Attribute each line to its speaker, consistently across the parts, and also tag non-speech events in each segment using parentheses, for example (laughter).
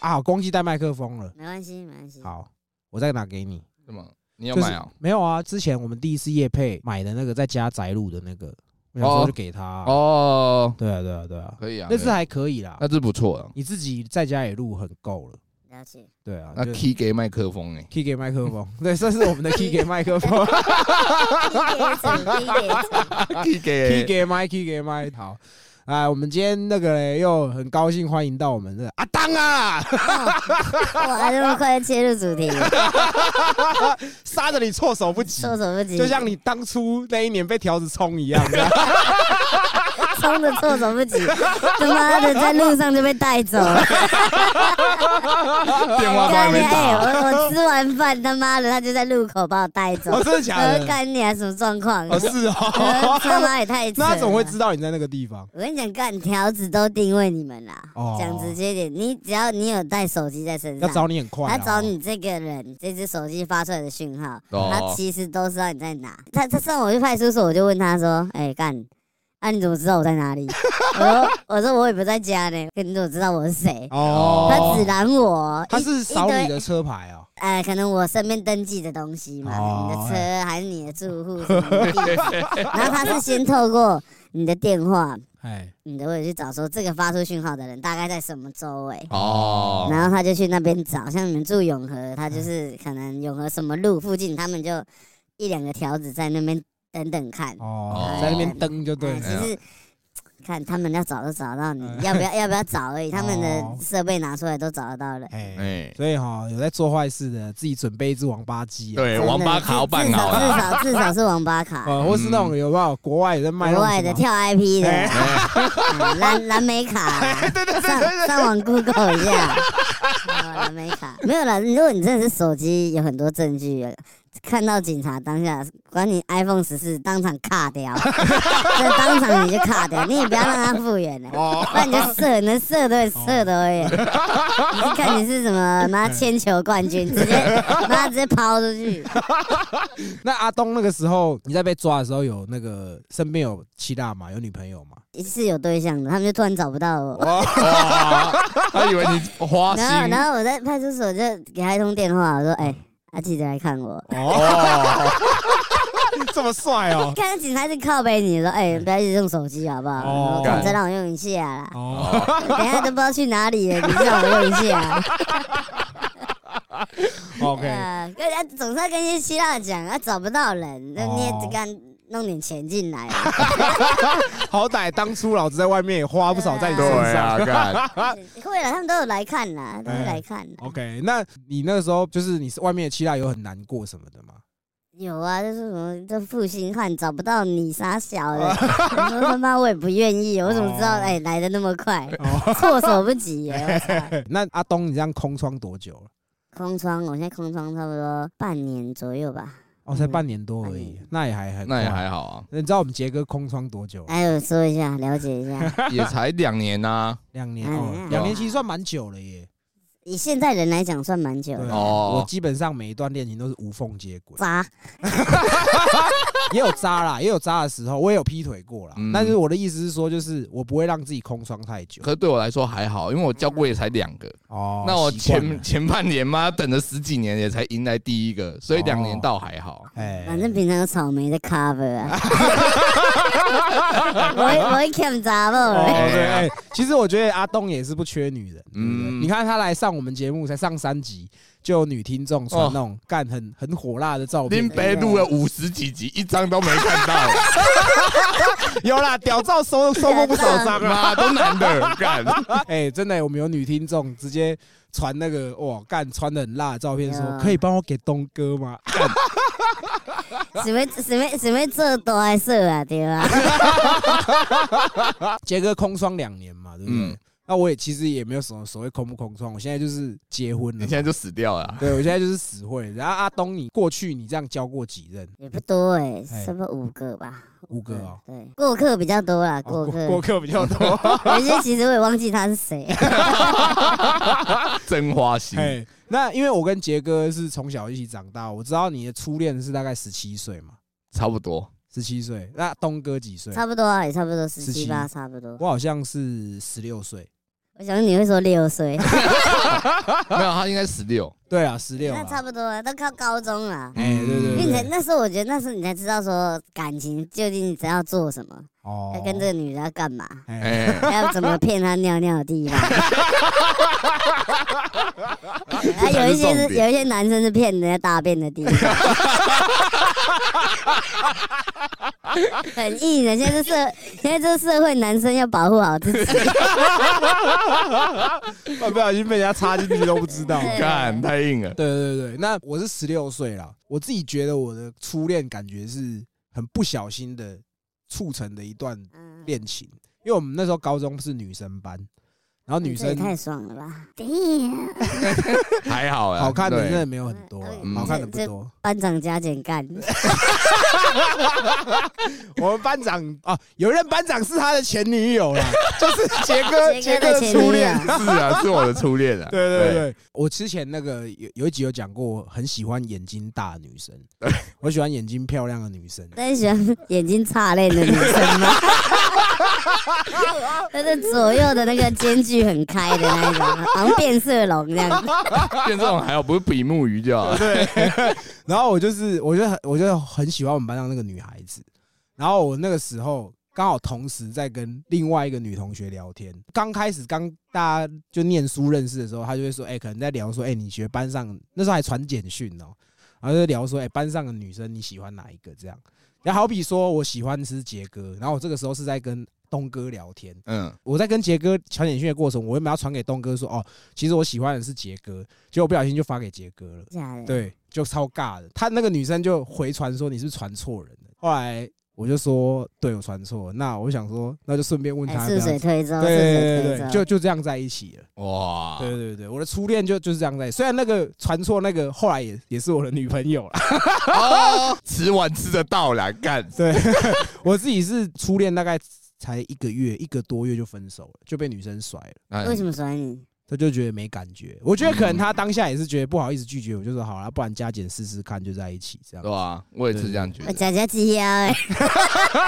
Speaker 1: 啊，我忘记带麦克风了。
Speaker 2: 没关系，没关
Speaker 3: 嗯
Speaker 2: 系。
Speaker 1: 好，我再拿给你。
Speaker 3: 什么？你要
Speaker 1: 就是
Speaker 3: 买啊？
Speaker 1: 没有啊，之前我们第一次夜配买的那个在家宅录的那个，我想说
Speaker 3: 哦
Speaker 1: 就给他啊。
Speaker 3: 哦，
Speaker 1: 对啊，对啊，对啊，
Speaker 3: 可以啊，
Speaker 1: 那
Speaker 3: 可
Speaker 1: 次
Speaker 3: 以
Speaker 1: 还可以啦。
Speaker 3: 那是不错啊。
Speaker 1: 你自己在家也录很够了。
Speaker 2: 了解。
Speaker 1: 对啊，
Speaker 3: 那
Speaker 1: 就
Speaker 3: key 给麦克风哎，
Speaker 1: key 给麦克风，对，这是我们的 key 给麦克
Speaker 3: (laughs)
Speaker 1: 风
Speaker 2: 一点准，
Speaker 1: (laughs)
Speaker 2: 一
Speaker 1: ，key
Speaker 2: 点准。
Speaker 3: key 给
Speaker 1: 给麦，key 给麦。好，哎，我们今天那个嘞又很高兴欢迎到我们的阿当啊，
Speaker 2: 哇，这么快就切入主题，
Speaker 1: 杀的你措手不及，
Speaker 2: 措手不及，
Speaker 1: 就像你当初那一年被条子冲一
Speaker 2: (laughs)
Speaker 1: 样，
Speaker 2: 冲的措手
Speaker 1: (laughs)
Speaker 2: 不及，他妈的在路上就被带走了。
Speaker 3: 电话都还没
Speaker 2: 哎
Speaker 3: 打，
Speaker 2: 我我吃完饭，他妈的他就在路口把我带走。
Speaker 1: 哦，真的假
Speaker 2: 呃，
Speaker 1: 的？
Speaker 2: 干你啊，什么状
Speaker 1: (laughs)
Speaker 2: 况？
Speaker 1: 哦，是
Speaker 2: (laughs) 呃他
Speaker 1: 哦，
Speaker 2: 妈也太扯
Speaker 1: 那
Speaker 2: 了
Speaker 1: 他怎么会知道你在那个地方？
Speaker 2: 我跟你讲，干条子都定位你们啦
Speaker 1: 哦。
Speaker 2: 讲直接一点，你只要你有带手机在身
Speaker 1: 要
Speaker 2: 上，
Speaker 1: 找你很快
Speaker 2: 他
Speaker 1: 啊，
Speaker 2: 找你这个人这只手机发出来的讯号，
Speaker 3: 哦
Speaker 1: 啊
Speaker 2: 他其实都知道你在哪。他他上午去派出所，我就问他说：“哎，干，啊你怎么知道我在哪里？”我说：“我说我也不在家呢，可你怎么知道我是谁？”他指
Speaker 1: 哦，
Speaker 2: 南我，
Speaker 1: 他
Speaker 2: 一
Speaker 1: 是扫
Speaker 2: 一堆
Speaker 1: 你的车牌哦，
Speaker 2: 呃，可能我身边登记的东西嘛，
Speaker 1: 哦
Speaker 2: 你的车还是你的住户什么的地址，然后他是先透过你的电话，
Speaker 1: (laughs) 哎，
Speaker 2: 你的位置去找说这个发出讯号的人大概在什么欸周围，
Speaker 3: 哦，
Speaker 2: 然后他就去那边找，像你们住永和，他就是可能永和什么路附近，他们就一两个条子在那边等等看，
Speaker 1: 哦
Speaker 3: 哦，
Speaker 1: 在那边登就对
Speaker 2: 哎
Speaker 1: 了，
Speaker 2: 只是。看他们要找都找到你
Speaker 1: 哎，
Speaker 2: 要不要要不要找而已。他们
Speaker 1: 哦
Speaker 2: 的设备拿出来都找得到了，
Speaker 1: 哎。
Speaker 3: 哎，
Speaker 1: 所以哈、有在做坏事的，自己准备一只王八鸡、啊，
Speaker 3: 对，
Speaker 2: 真的
Speaker 3: 哎王八卡要办好
Speaker 2: 至至
Speaker 3: 了，
Speaker 2: 少
Speaker 3: 哦
Speaker 2: 至少至少是王八卡。
Speaker 1: 呃，或是那种有没有国外有在卖那
Speaker 2: 国
Speaker 1: 种
Speaker 2: 外的
Speaker 1: 什么 (laughs)
Speaker 2: 跳 IP 的
Speaker 1: 哎 (laughs)
Speaker 2: 嗯蓝蓝莓卡，上上网 Google 一下， (laughs) 哦蓝莓卡没有了。如果你真的是手机有很多证据，看到警察当下，管你 iPhone 十四当场卡掉， (laughs) 这当场你就卡掉，你也不要让他复原了。
Speaker 1: 哦，
Speaker 2: 不然你就射，能射都会射都会。你是看你是什么妈铅球冠军，直接妈直接抛出去。
Speaker 1: 那阿东那个时候你在被抓的时候，有那个身边有七大吗？有女朋 (laughs) 友吗？
Speaker 2: 是有对象的，他们就突然找不到我。
Speaker 3: 哇，他以为你花心
Speaker 2: 然后，然后我在派出所就给他一通电话，我说：“哎、他、记得来看我。
Speaker 3: 哦，
Speaker 1: 这么帅哦”，
Speaker 2: 看警察是靠背你，说：“哎、不要一直用手机好不好？
Speaker 1: 嗯哦
Speaker 2: 我说干再让我用一下啦，
Speaker 1: 哦，
Speaker 2: 等一下都不知道去哪
Speaker 1: (laughs)
Speaker 2: 里了，你就让我用一下。 (laughs)
Speaker 1: OK，
Speaker 2: 呃，跟人家总是要跟一些希腊讲，他、找不到人，
Speaker 1: 哦
Speaker 2: 那你也只敢弄点钱进来啊。
Speaker 1: 好歹当初老子在外面也花不少在你身
Speaker 3: 对
Speaker 1: 上。
Speaker 3: 啊，干，
Speaker 1: (laughs)
Speaker 2: 会了，他们都有来看啦，
Speaker 1: 哎
Speaker 2: 都会来看啦。
Speaker 1: OK，那你那个时候就是你是外面的七大有很难过什么的吗？
Speaker 2: 有啊，就是什么这负心汉找不到你傻小
Speaker 1: (laughs)
Speaker 2: 的，我说他妈我也不愿意，我怎么知道
Speaker 1: 哦
Speaker 2: 哎、来的那么快，
Speaker 1: 哦，
Speaker 2: 措手不及耶！我操
Speaker 1: 那阿东你这样空窗多久了？
Speaker 2: 空窗，我现在空窗差不多半年左右吧。
Speaker 1: 哦，才半年多而已，那也还很
Speaker 3: 嗯那也
Speaker 1: 快
Speaker 3: 还好啊，
Speaker 1: 那你知道我们杰哥空窗多久？
Speaker 2: 哎，我说一下，了解一
Speaker 1: (laughs)
Speaker 2: 下。
Speaker 3: 也才两年呐，
Speaker 1: 两年
Speaker 3: 嗯
Speaker 2: 哎
Speaker 1: 哦，两年其实算蛮久了耶。
Speaker 2: 以现在人来讲，算蛮久
Speaker 1: 对啊
Speaker 2: 的。
Speaker 3: 哦
Speaker 1: 我基本上每一段恋情都是无缝接轨，
Speaker 2: 渣，
Speaker 1: 也有渣
Speaker 3: (laughs)
Speaker 1: 啦，也有渣的时候，我也有劈腿过啦。
Speaker 3: 嗯
Speaker 1: 但是我的意思是说，就是我不会让自己空窗太久
Speaker 3: 可。是对我来说还好，因为我交过也才两个，
Speaker 1: 哦
Speaker 3: 那我
Speaker 1: 习惯
Speaker 3: 前
Speaker 1: 了
Speaker 3: 前半年嘛，等了十几年也才迎来第一个，所以两年倒还好。
Speaker 1: 哎
Speaker 2: 反正平常有草莓的
Speaker 1: (laughs)
Speaker 2: cover 啊。我会我会 cam 渣
Speaker 1: 哦
Speaker 2: 了。
Speaker 1: 对，哎其实我觉得阿东也是不缺女人，嗯，
Speaker 3: 啊嗯
Speaker 1: 你看他来上我们节目才上三集，就有女听众传那种干很很火辣的照
Speaker 3: 林
Speaker 1: 片，哎
Speaker 3: 北录了五十几集，一张都没看到，
Speaker 1: 有啦，屌照收收过不少张
Speaker 3: (laughs)
Speaker 1: 啊。
Speaker 3: 妈都男的干，
Speaker 1: 哎、真的、我们有女听众直接传那个哇，干穿的很辣的照片说
Speaker 2: 对啊
Speaker 1: 可以帮我给东哥吗？
Speaker 2: 什么什么什么这都还色啊，对吧？
Speaker 1: (laughs) 杰哥空窗两年嘛，对不对？
Speaker 3: 啊嗯
Speaker 1: 那我也其实也没有什么所谓空不空窗，我现在就是结婚
Speaker 3: 你
Speaker 1: 了
Speaker 3: 现。在就死掉了啊。
Speaker 1: 对，我现在就是死会。然后阿东，你过去你这样交过几任？
Speaker 2: 也不多哎，
Speaker 1: 哎
Speaker 2: 差不多五个吧。
Speaker 1: 五个哦。
Speaker 2: 对，过客比较多啦，过
Speaker 1: 哦
Speaker 2: 客。
Speaker 1: 过客比较多。
Speaker 2: 有些其实我也忘记他是
Speaker 1: (laughs)
Speaker 2: 谁。
Speaker 3: 真花心，
Speaker 1: 哎，那因为我跟杰哥是从小一起长大，我知道你的初恋是大概十七岁嘛，
Speaker 3: 差不多。
Speaker 1: 十七岁。那东哥几岁？
Speaker 2: 差不多啊，也差不多十
Speaker 1: 17
Speaker 2: 七八，差不多。
Speaker 1: 我好像是十六岁。
Speaker 2: 我想你会说六岁，
Speaker 3: 没有，他应该十六。
Speaker 1: 对啊，十六
Speaker 2: 那差
Speaker 1: 啊，
Speaker 2: 不多了，都靠高中了。
Speaker 1: 哎，对对
Speaker 2: 因
Speaker 1: 对
Speaker 2: 为你才
Speaker 1: 对，
Speaker 2: 那时候，我觉得那时候你才知道说感情究竟只要做什么，
Speaker 1: 哦
Speaker 2: 要跟这个女人要干嘛，
Speaker 1: 哎，
Speaker 3: 哎，
Speaker 2: 要怎么骗她尿尿的地
Speaker 3: (laughs)
Speaker 2: 方。啊，有一些是
Speaker 3: 这才是重点
Speaker 2: 有一些男生是骗人家大便的地
Speaker 3: (laughs)
Speaker 2: 方，很硬的。现在这社现在这社会，男生要保护好自己。
Speaker 1: 哦不小心被人家插进去都不知道。
Speaker 2: 对
Speaker 3: (laughs) 干太硬了。
Speaker 1: 对对对，那我是十六岁啦，我自己觉得我的初恋感觉是很不小心的促成的一段
Speaker 2: 嗯
Speaker 1: 恋情，因为我们那时候高中是女生班，然后女
Speaker 2: 嗯这也
Speaker 1: 生
Speaker 2: 太爽了吧！Damn
Speaker 3: 还好啦，啊
Speaker 1: 好看的
Speaker 3: 对
Speaker 1: 真的没有很多啊
Speaker 2: 嗯，
Speaker 1: 好看的不多。
Speaker 2: 班长加减干，
Speaker 1: 我们班长啊，有一任班长是他的前女友啦，就是
Speaker 2: (laughs)
Speaker 1: 杰哥
Speaker 2: 杰
Speaker 1: 哥
Speaker 2: 哥
Speaker 1: 的
Speaker 2: 的前
Speaker 1: 初
Speaker 2: 女
Speaker 1: 恋。
Speaker 2: 友
Speaker 3: 是啊，是我的初恋啊。
Speaker 1: (laughs) 对对对，我之前那个有有一集有讲过，我很喜欢眼睛大的女生，我喜欢眼睛漂亮的女生。
Speaker 2: 那你喜欢眼睛擦泪的女生吗？ (laughs) 但是左右的那个间距很开的那一种，好像变色龙那样。
Speaker 3: 变这种还好，不是比目鱼就好。对，
Speaker 1: 然后我就是，我就很，我就很喜欢我们班上那个女孩子。然后我那个时候刚好同时在跟另外一个女同学聊天。刚开始刚大家就念书认识的时候，她就会说：“哎，可能在聊说，哎，你觉得班上那时候还传简讯哦，然后就聊说，哎，班上的女生你喜欢哪一个？这样。”然后好比说我喜欢的是杰哥，然后我这个时候是在跟东哥聊天。
Speaker 3: 嗯，
Speaker 1: 我在跟杰哥传简讯的过程，我原本要传给东哥说：“哦，其实我喜欢的是杰哥。”结果不小心就发给杰哥了。
Speaker 2: 假的，
Speaker 1: 对，就超尬的。他那个女生就回传说你是不是传错人了。后来我就说，对我传错了。那我想说，那就顺便问
Speaker 2: 哎，
Speaker 1: 他要不
Speaker 2: 顺
Speaker 1: 要。
Speaker 2: 水推舟，
Speaker 1: 对
Speaker 2: 顺水
Speaker 1: 对对
Speaker 2: 推
Speaker 1: 对，
Speaker 2: 舟，
Speaker 1: 就就这样在一起了。
Speaker 3: 哇，
Speaker 1: 对对对，我的初恋就就是这样在一起。虽然那个传错那个后来也也是我的女朋友啦。 (laughs)
Speaker 3: 哦，吃完吃得到啦，干。
Speaker 1: 对， (laughs) 我自己是初恋，大概才一个月一个多月就分手了，就被女生甩了。
Speaker 3: 哎
Speaker 2: 为什么喜欢你？
Speaker 1: 他就觉得没感觉，我觉得可能他当下也是觉得不好意思拒绝，我就说好啦，不然加减试试看，就在一起这样
Speaker 3: 对。吧？我也是这样觉
Speaker 2: 我
Speaker 3: 得，
Speaker 2: 假假鸡腰哎，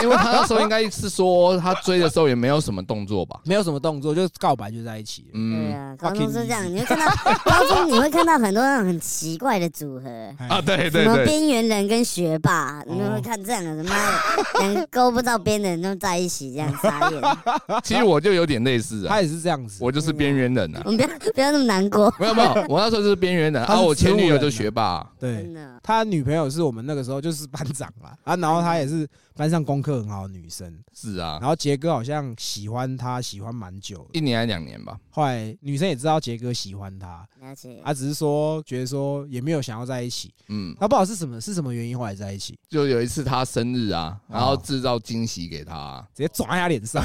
Speaker 3: 因为他那时候应该是说他追的时候也没有什么动作吧？
Speaker 1: 没有什么动作，就告白就在一起了。
Speaker 2: 对
Speaker 3: 嗯
Speaker 2: 啊，高中是这样，你会看到 (laughs) 高中你会看到很多那种很奇怪的组合。
Speaker 1: 哎
Speaker 3: 啊，对
Speaker 2: 什
Speaker 3: 对
Speaker 2: 么
Speaker 3: 对，
Speaker 2: 边缘人跟学霸，你们
Speaker 1: 哦
Speaker 2: 会看这样的，什么两个勾不到边的人都在一起，这样傻眼。
Speaker 3: 其实我就有点类似啊
Speaker 1: 他，也是这样子。
Speaker 3: 我就是边缘人啊。
Speaker 2: 我们不要不要那么难过，
Speaker 3: 没有没有，我那时候就是边缘人
Speaker 1: 他
Speaker 3: 啊，
Speaker 1: 是
Speaker 3: 我前
Speaker 1: 植
Speaker 3: 女友
Speaker 1: 物人
Speaker 3: 就
Speaker 1: 啊
Speaker 3: 学霸啊，
Speaker 1: 对
Speaker 2: 真，的。
Speaker 1: 他女朋友是我们那个时候就是班长啦，啊，然后她也是班上功课很好的女生，
Speaker 3: 是啊嗯
Speaker 1: 然，后杰哥好像喜欢她，喜欢蛮久的。
Speaker 3: 一年还两年吧。
Speaker 1: 后来女生也知道杰哥喜欢她，
Speaker 2: 了解。
Speaker 1: 啊，只是说觉得说也没有想要在一起，
Speaker 3: 嗯，
Speaker 1: 啊，不好是什么是什么原因后来在一起，
Speaker 3: 就有一次他生日啊，然后
Speaker 1: 哦
Speaker 3: 制造惊喜给
Speaker 1: (laughs)
Speaker 3: 他啊，
Speaker 1: 直接抓在他脸
Speaker 3: (laughs)
Speaker 1: 上，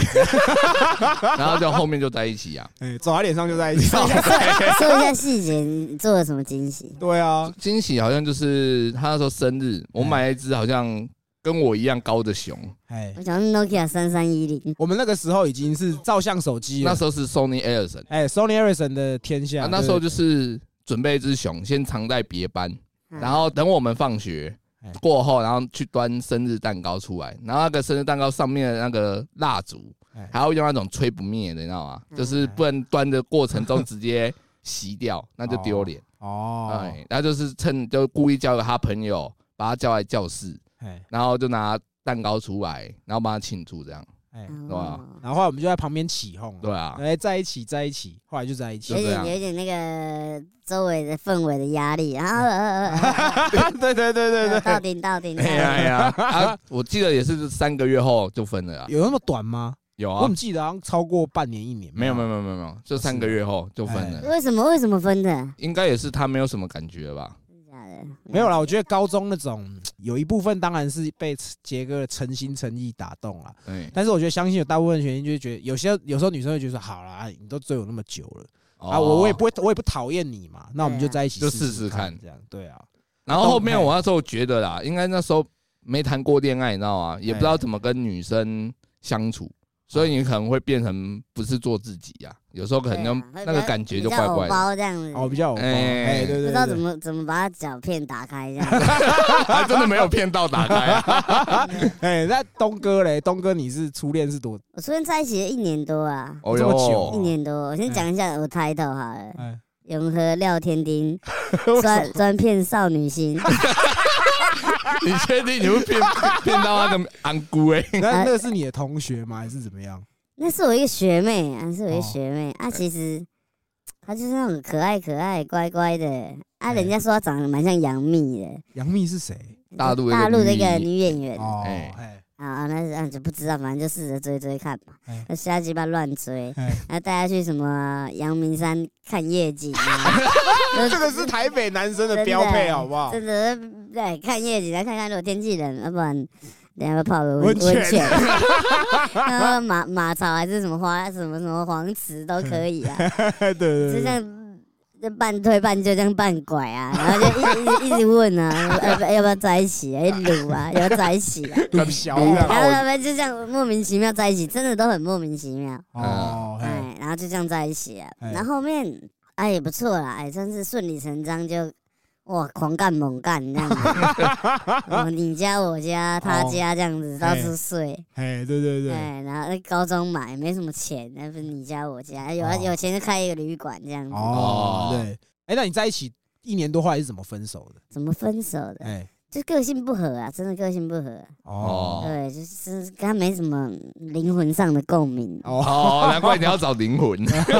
Speaker 3: 然后就后面就在一起啊。
Speaker 1: 哎，抓他脸上就在一起。
Speaker 2: 说一下细节，你做了什么惊喜？
Speaker 1: 对
Speaker 3: (laughs)
Speaker 1: 啊，
Speaker 3: 惊喜好像就是他那时候生日，我买了一只好像跟我一样高的熊，
Speaker 1: 哎
Speaker 2: 我，想用 Nokia 三三一零，
Speaker 1: 我们那个时候已经是照相手机
Speaker 3: 那
Speaker 1: 了，
Speaker 3: 时候是 Sony Ericsson，
Speaker 1: 哎，Sony Ericsson 的天下
Speaker 3: 啊，，那时候
Speaker 1: 对
Speaker 3: 就是准备一只熊，先藏在别班，
Speaker 2: 嗯
Speaker 3: 然后等我们放学
Speaker 1: 哎
Speaker 3: 过后，然后去端生日蛋糕出来，然后那个生日蛋糕上面的那个蜡烛
Speaker 1: 哎，
Speaker 3: 还要用那种吹不灭的，你知道吗？
Speaker 2: 嗯
Speaker 3: 就是不然端的过程中直接熄
Speaker 1: (laughs)
Speaker 3: 掉，那就丢脸。
Speaker 1: 哦，
Speaker 3: 哎，然后就是趁就故意叫个他朋友，把他叫来教室，
Speaker 1: 哎
Speaker 3: 然后就拿蛋糕出来，然后帮他庆祝这样。
Speaker 1: 哎，
Speaker 3: 对啊
Speaker 2: 哦
Speaker 1: 然后后来我们就在旁边起哄，
Speaker 3: 对
Speaker 1: (laughs)
Speaker 3: 啊，
Speaker 1: 哎，在一起在一起，后来就在一起
Speaker 2: 有
Speaker 3: 就。这
Speaker 2: 点
Speaker 3: 样
Speaker 2: 有点那个周围的氛围的压力，然后呃呃
Speaker 3: (laughs)
Speaker 2: 呃
Speaker 1: (laughs) 对对对
Speaker 2: 呃
Speaker 1: 对对，
Speaker 2: 呃 (laughs) 到顶到顶，到
Speaker 3: 哎
Speaker 2: 顶
Speaker 3: 呀哎呀， (laughs) 啊我记得也是三个月后就分了啊，
Speaker 1: 有那么短吗？
Speaker 3: 有
Speaker 1: 我
Speaker 3: 啊
Speaker 1: 怎么，记得好像超过半年一年？
Speaker 3: 没有没有没有没有没有，就三个月后就分
Speaker 1: 哎
Speaker 3: 了，
Speaker 2: 为什么为什么分的？
Speaker 3: 应该也是他没有什么感觉吧？
Speaker 2: 真的假的
Speaker 1: 没有啦。我觉得高中那种有一部分当然是被杰哥的诚心诚意打动了，
Speaker 3: 对，
Speaker 1: 但是我觉得相信有大部分的原因就是觉得有些有时候女生会觉得说好啦，你都追我那么久了啊，我我也
Speaker 3: 哦。
Speaker 1: 不会我也不讨厌你嘛，那我们就在一起
Speaker 3: 对啊
Speaker 1: 试
Speaker 3: 就试试看
Speaker 1: 这样对啊，
Speaker 3: 然后后面我那时候觉得啦，应该那时候没谈过恋爱，你知道吗？也不知道怎么跟女生相处，所以你可能会变成不是做自己呀。有时候可能就
Speaker 2: 对啊
Speaker 3: 那个感觉就怪
Speaker 2: 比较
Speaker 3: 怪
Speaker 2: 偶
Speaker 3: (laughs) 的，
Speaker 2: 包这样子，
Speaker 1: 哦比较有包
Speaker 3: 哎
Speaker 1: 哎对
Speaker 2: 不
Speaker 1: 对
Speaker 2: 知道怎
Speaker 1: 对，
Speaker 2: 么怎么把它脚片打开这
Speaker 3: (laughs)
Speaker 2: 样。
Speaker 3: 还真的没有骗到打
Speaker 2: (laughs)
Speaker 3: 开啊。
Speaker 1: 哎那东哥嘞，东哥你是初恋是多
Speaker 2: 我初恋在一起了一年多啊，
Speaker 3: 哦嗯
Speaker 1: 这么久
Speaker 2: 一年多。我先讲一下我 title 好了，
Speaker 1: 哎
Speaker 2: 永和廖天丁
Speaker 3: (laughs)
Speaker 2: 专专骗少女心，
Speaker 3: 你确定你会骗骗到那个安
Speaker 2: (laughs)
Speaker 3: 姑哎？
Speaker 1: 那那个是你的同学吗？还是怎么样？
Speaker 2: 那是我一个学妹啊，是我一
Speaker 1: 哦
Speaker 2: 个学妹啊。其实她就是那种可爱可爱、乖乖的啊。人家说她长得蛮像杨幂的，
Speaker 1: 杨幂是谁？
Speaker 3: 大陆
Speaker 2: 大陆的
Speaker 3: 那
Speaker 2: 一个女演员啊
Speaker 1: 哦，
Speaker 3: 哎
Speaker 1: 哎
Speaker 2: 啊，那是啊就不知道，反正就试着追追看嘛
Speaker 1: 哎，
Speaker 2: 那瞎鸡巴乱追，
Speaker 1: 哎，
Speaker 2: 然后带她去什么阳明山看夜景 (laughs) 啊，
Speaker 1: (laughs) 这个是台北男生的
Speaker 2: 真
Speaker 1: 标配，
Speaker 2: 的
Speaker 1: 好不
Speaker 2: (laughs)
Speaker 1: 好？
Speaker 2: 真的对，看夜景，来啊看看如果天气冷，啊要不然等一下要泡个温
Speaker 1: 温泉
Speaker 2: 温泉， (laughs) 然后马马槽还是什么花什么什么黄池都可以啊，
Speaker 1: 对对
Speaker 2: 就
Speaker 1: 对
Speaker 2: 这样就半推半就这样半拐啊，然后就一直一直一直问啊， (laughs) 要不要不要在一起啊，一撸
Speaker 1: (laughs)
Speaker 2: 啊，要不要在一起啊，
Speaker 1: 对，很小
Speaker 2: 对然后
Speaker 1: 的
Speaker 2: 他们就这样莫名其妙在一起，真的都很莫名其妙，
Speaker 1: 哦，哎
Speaker 2: 哎，然后就这样在一起啊，
Speaker 1: 哎
Speaker 2: 然后后面哎也不错啦，哎算是顺理成章就。哇，狂干猛干
Speaker 1: (laughs)
Speaker 2: 这样子，哦你家我家他家这样子到处睡，
Speaker 1: 哎，对哦对对，
Speaker 2: 哎，然后在高中买没什么钱，那不是你家我家，有
Speaker 1: 哦
Speaker 2: 有钱就开一个旅馆这样子，
Speaker 1: 哦对，哎，那你在一起一年多，后来是怎么分手的？
Speaker 2: 怎么分手的？
Speaker 1: 哎，
Speaker 2: 就个性不合啊，真的个性不合、
Speaker 1: 哦
Speaker 3: 哦
Speaker 2: 对，就是跟他没什么灵魂上的共鸣，
Speaker 1: 哦
Speaker 3: 哦，难怪你要找灵魂。
Speaker 2: 对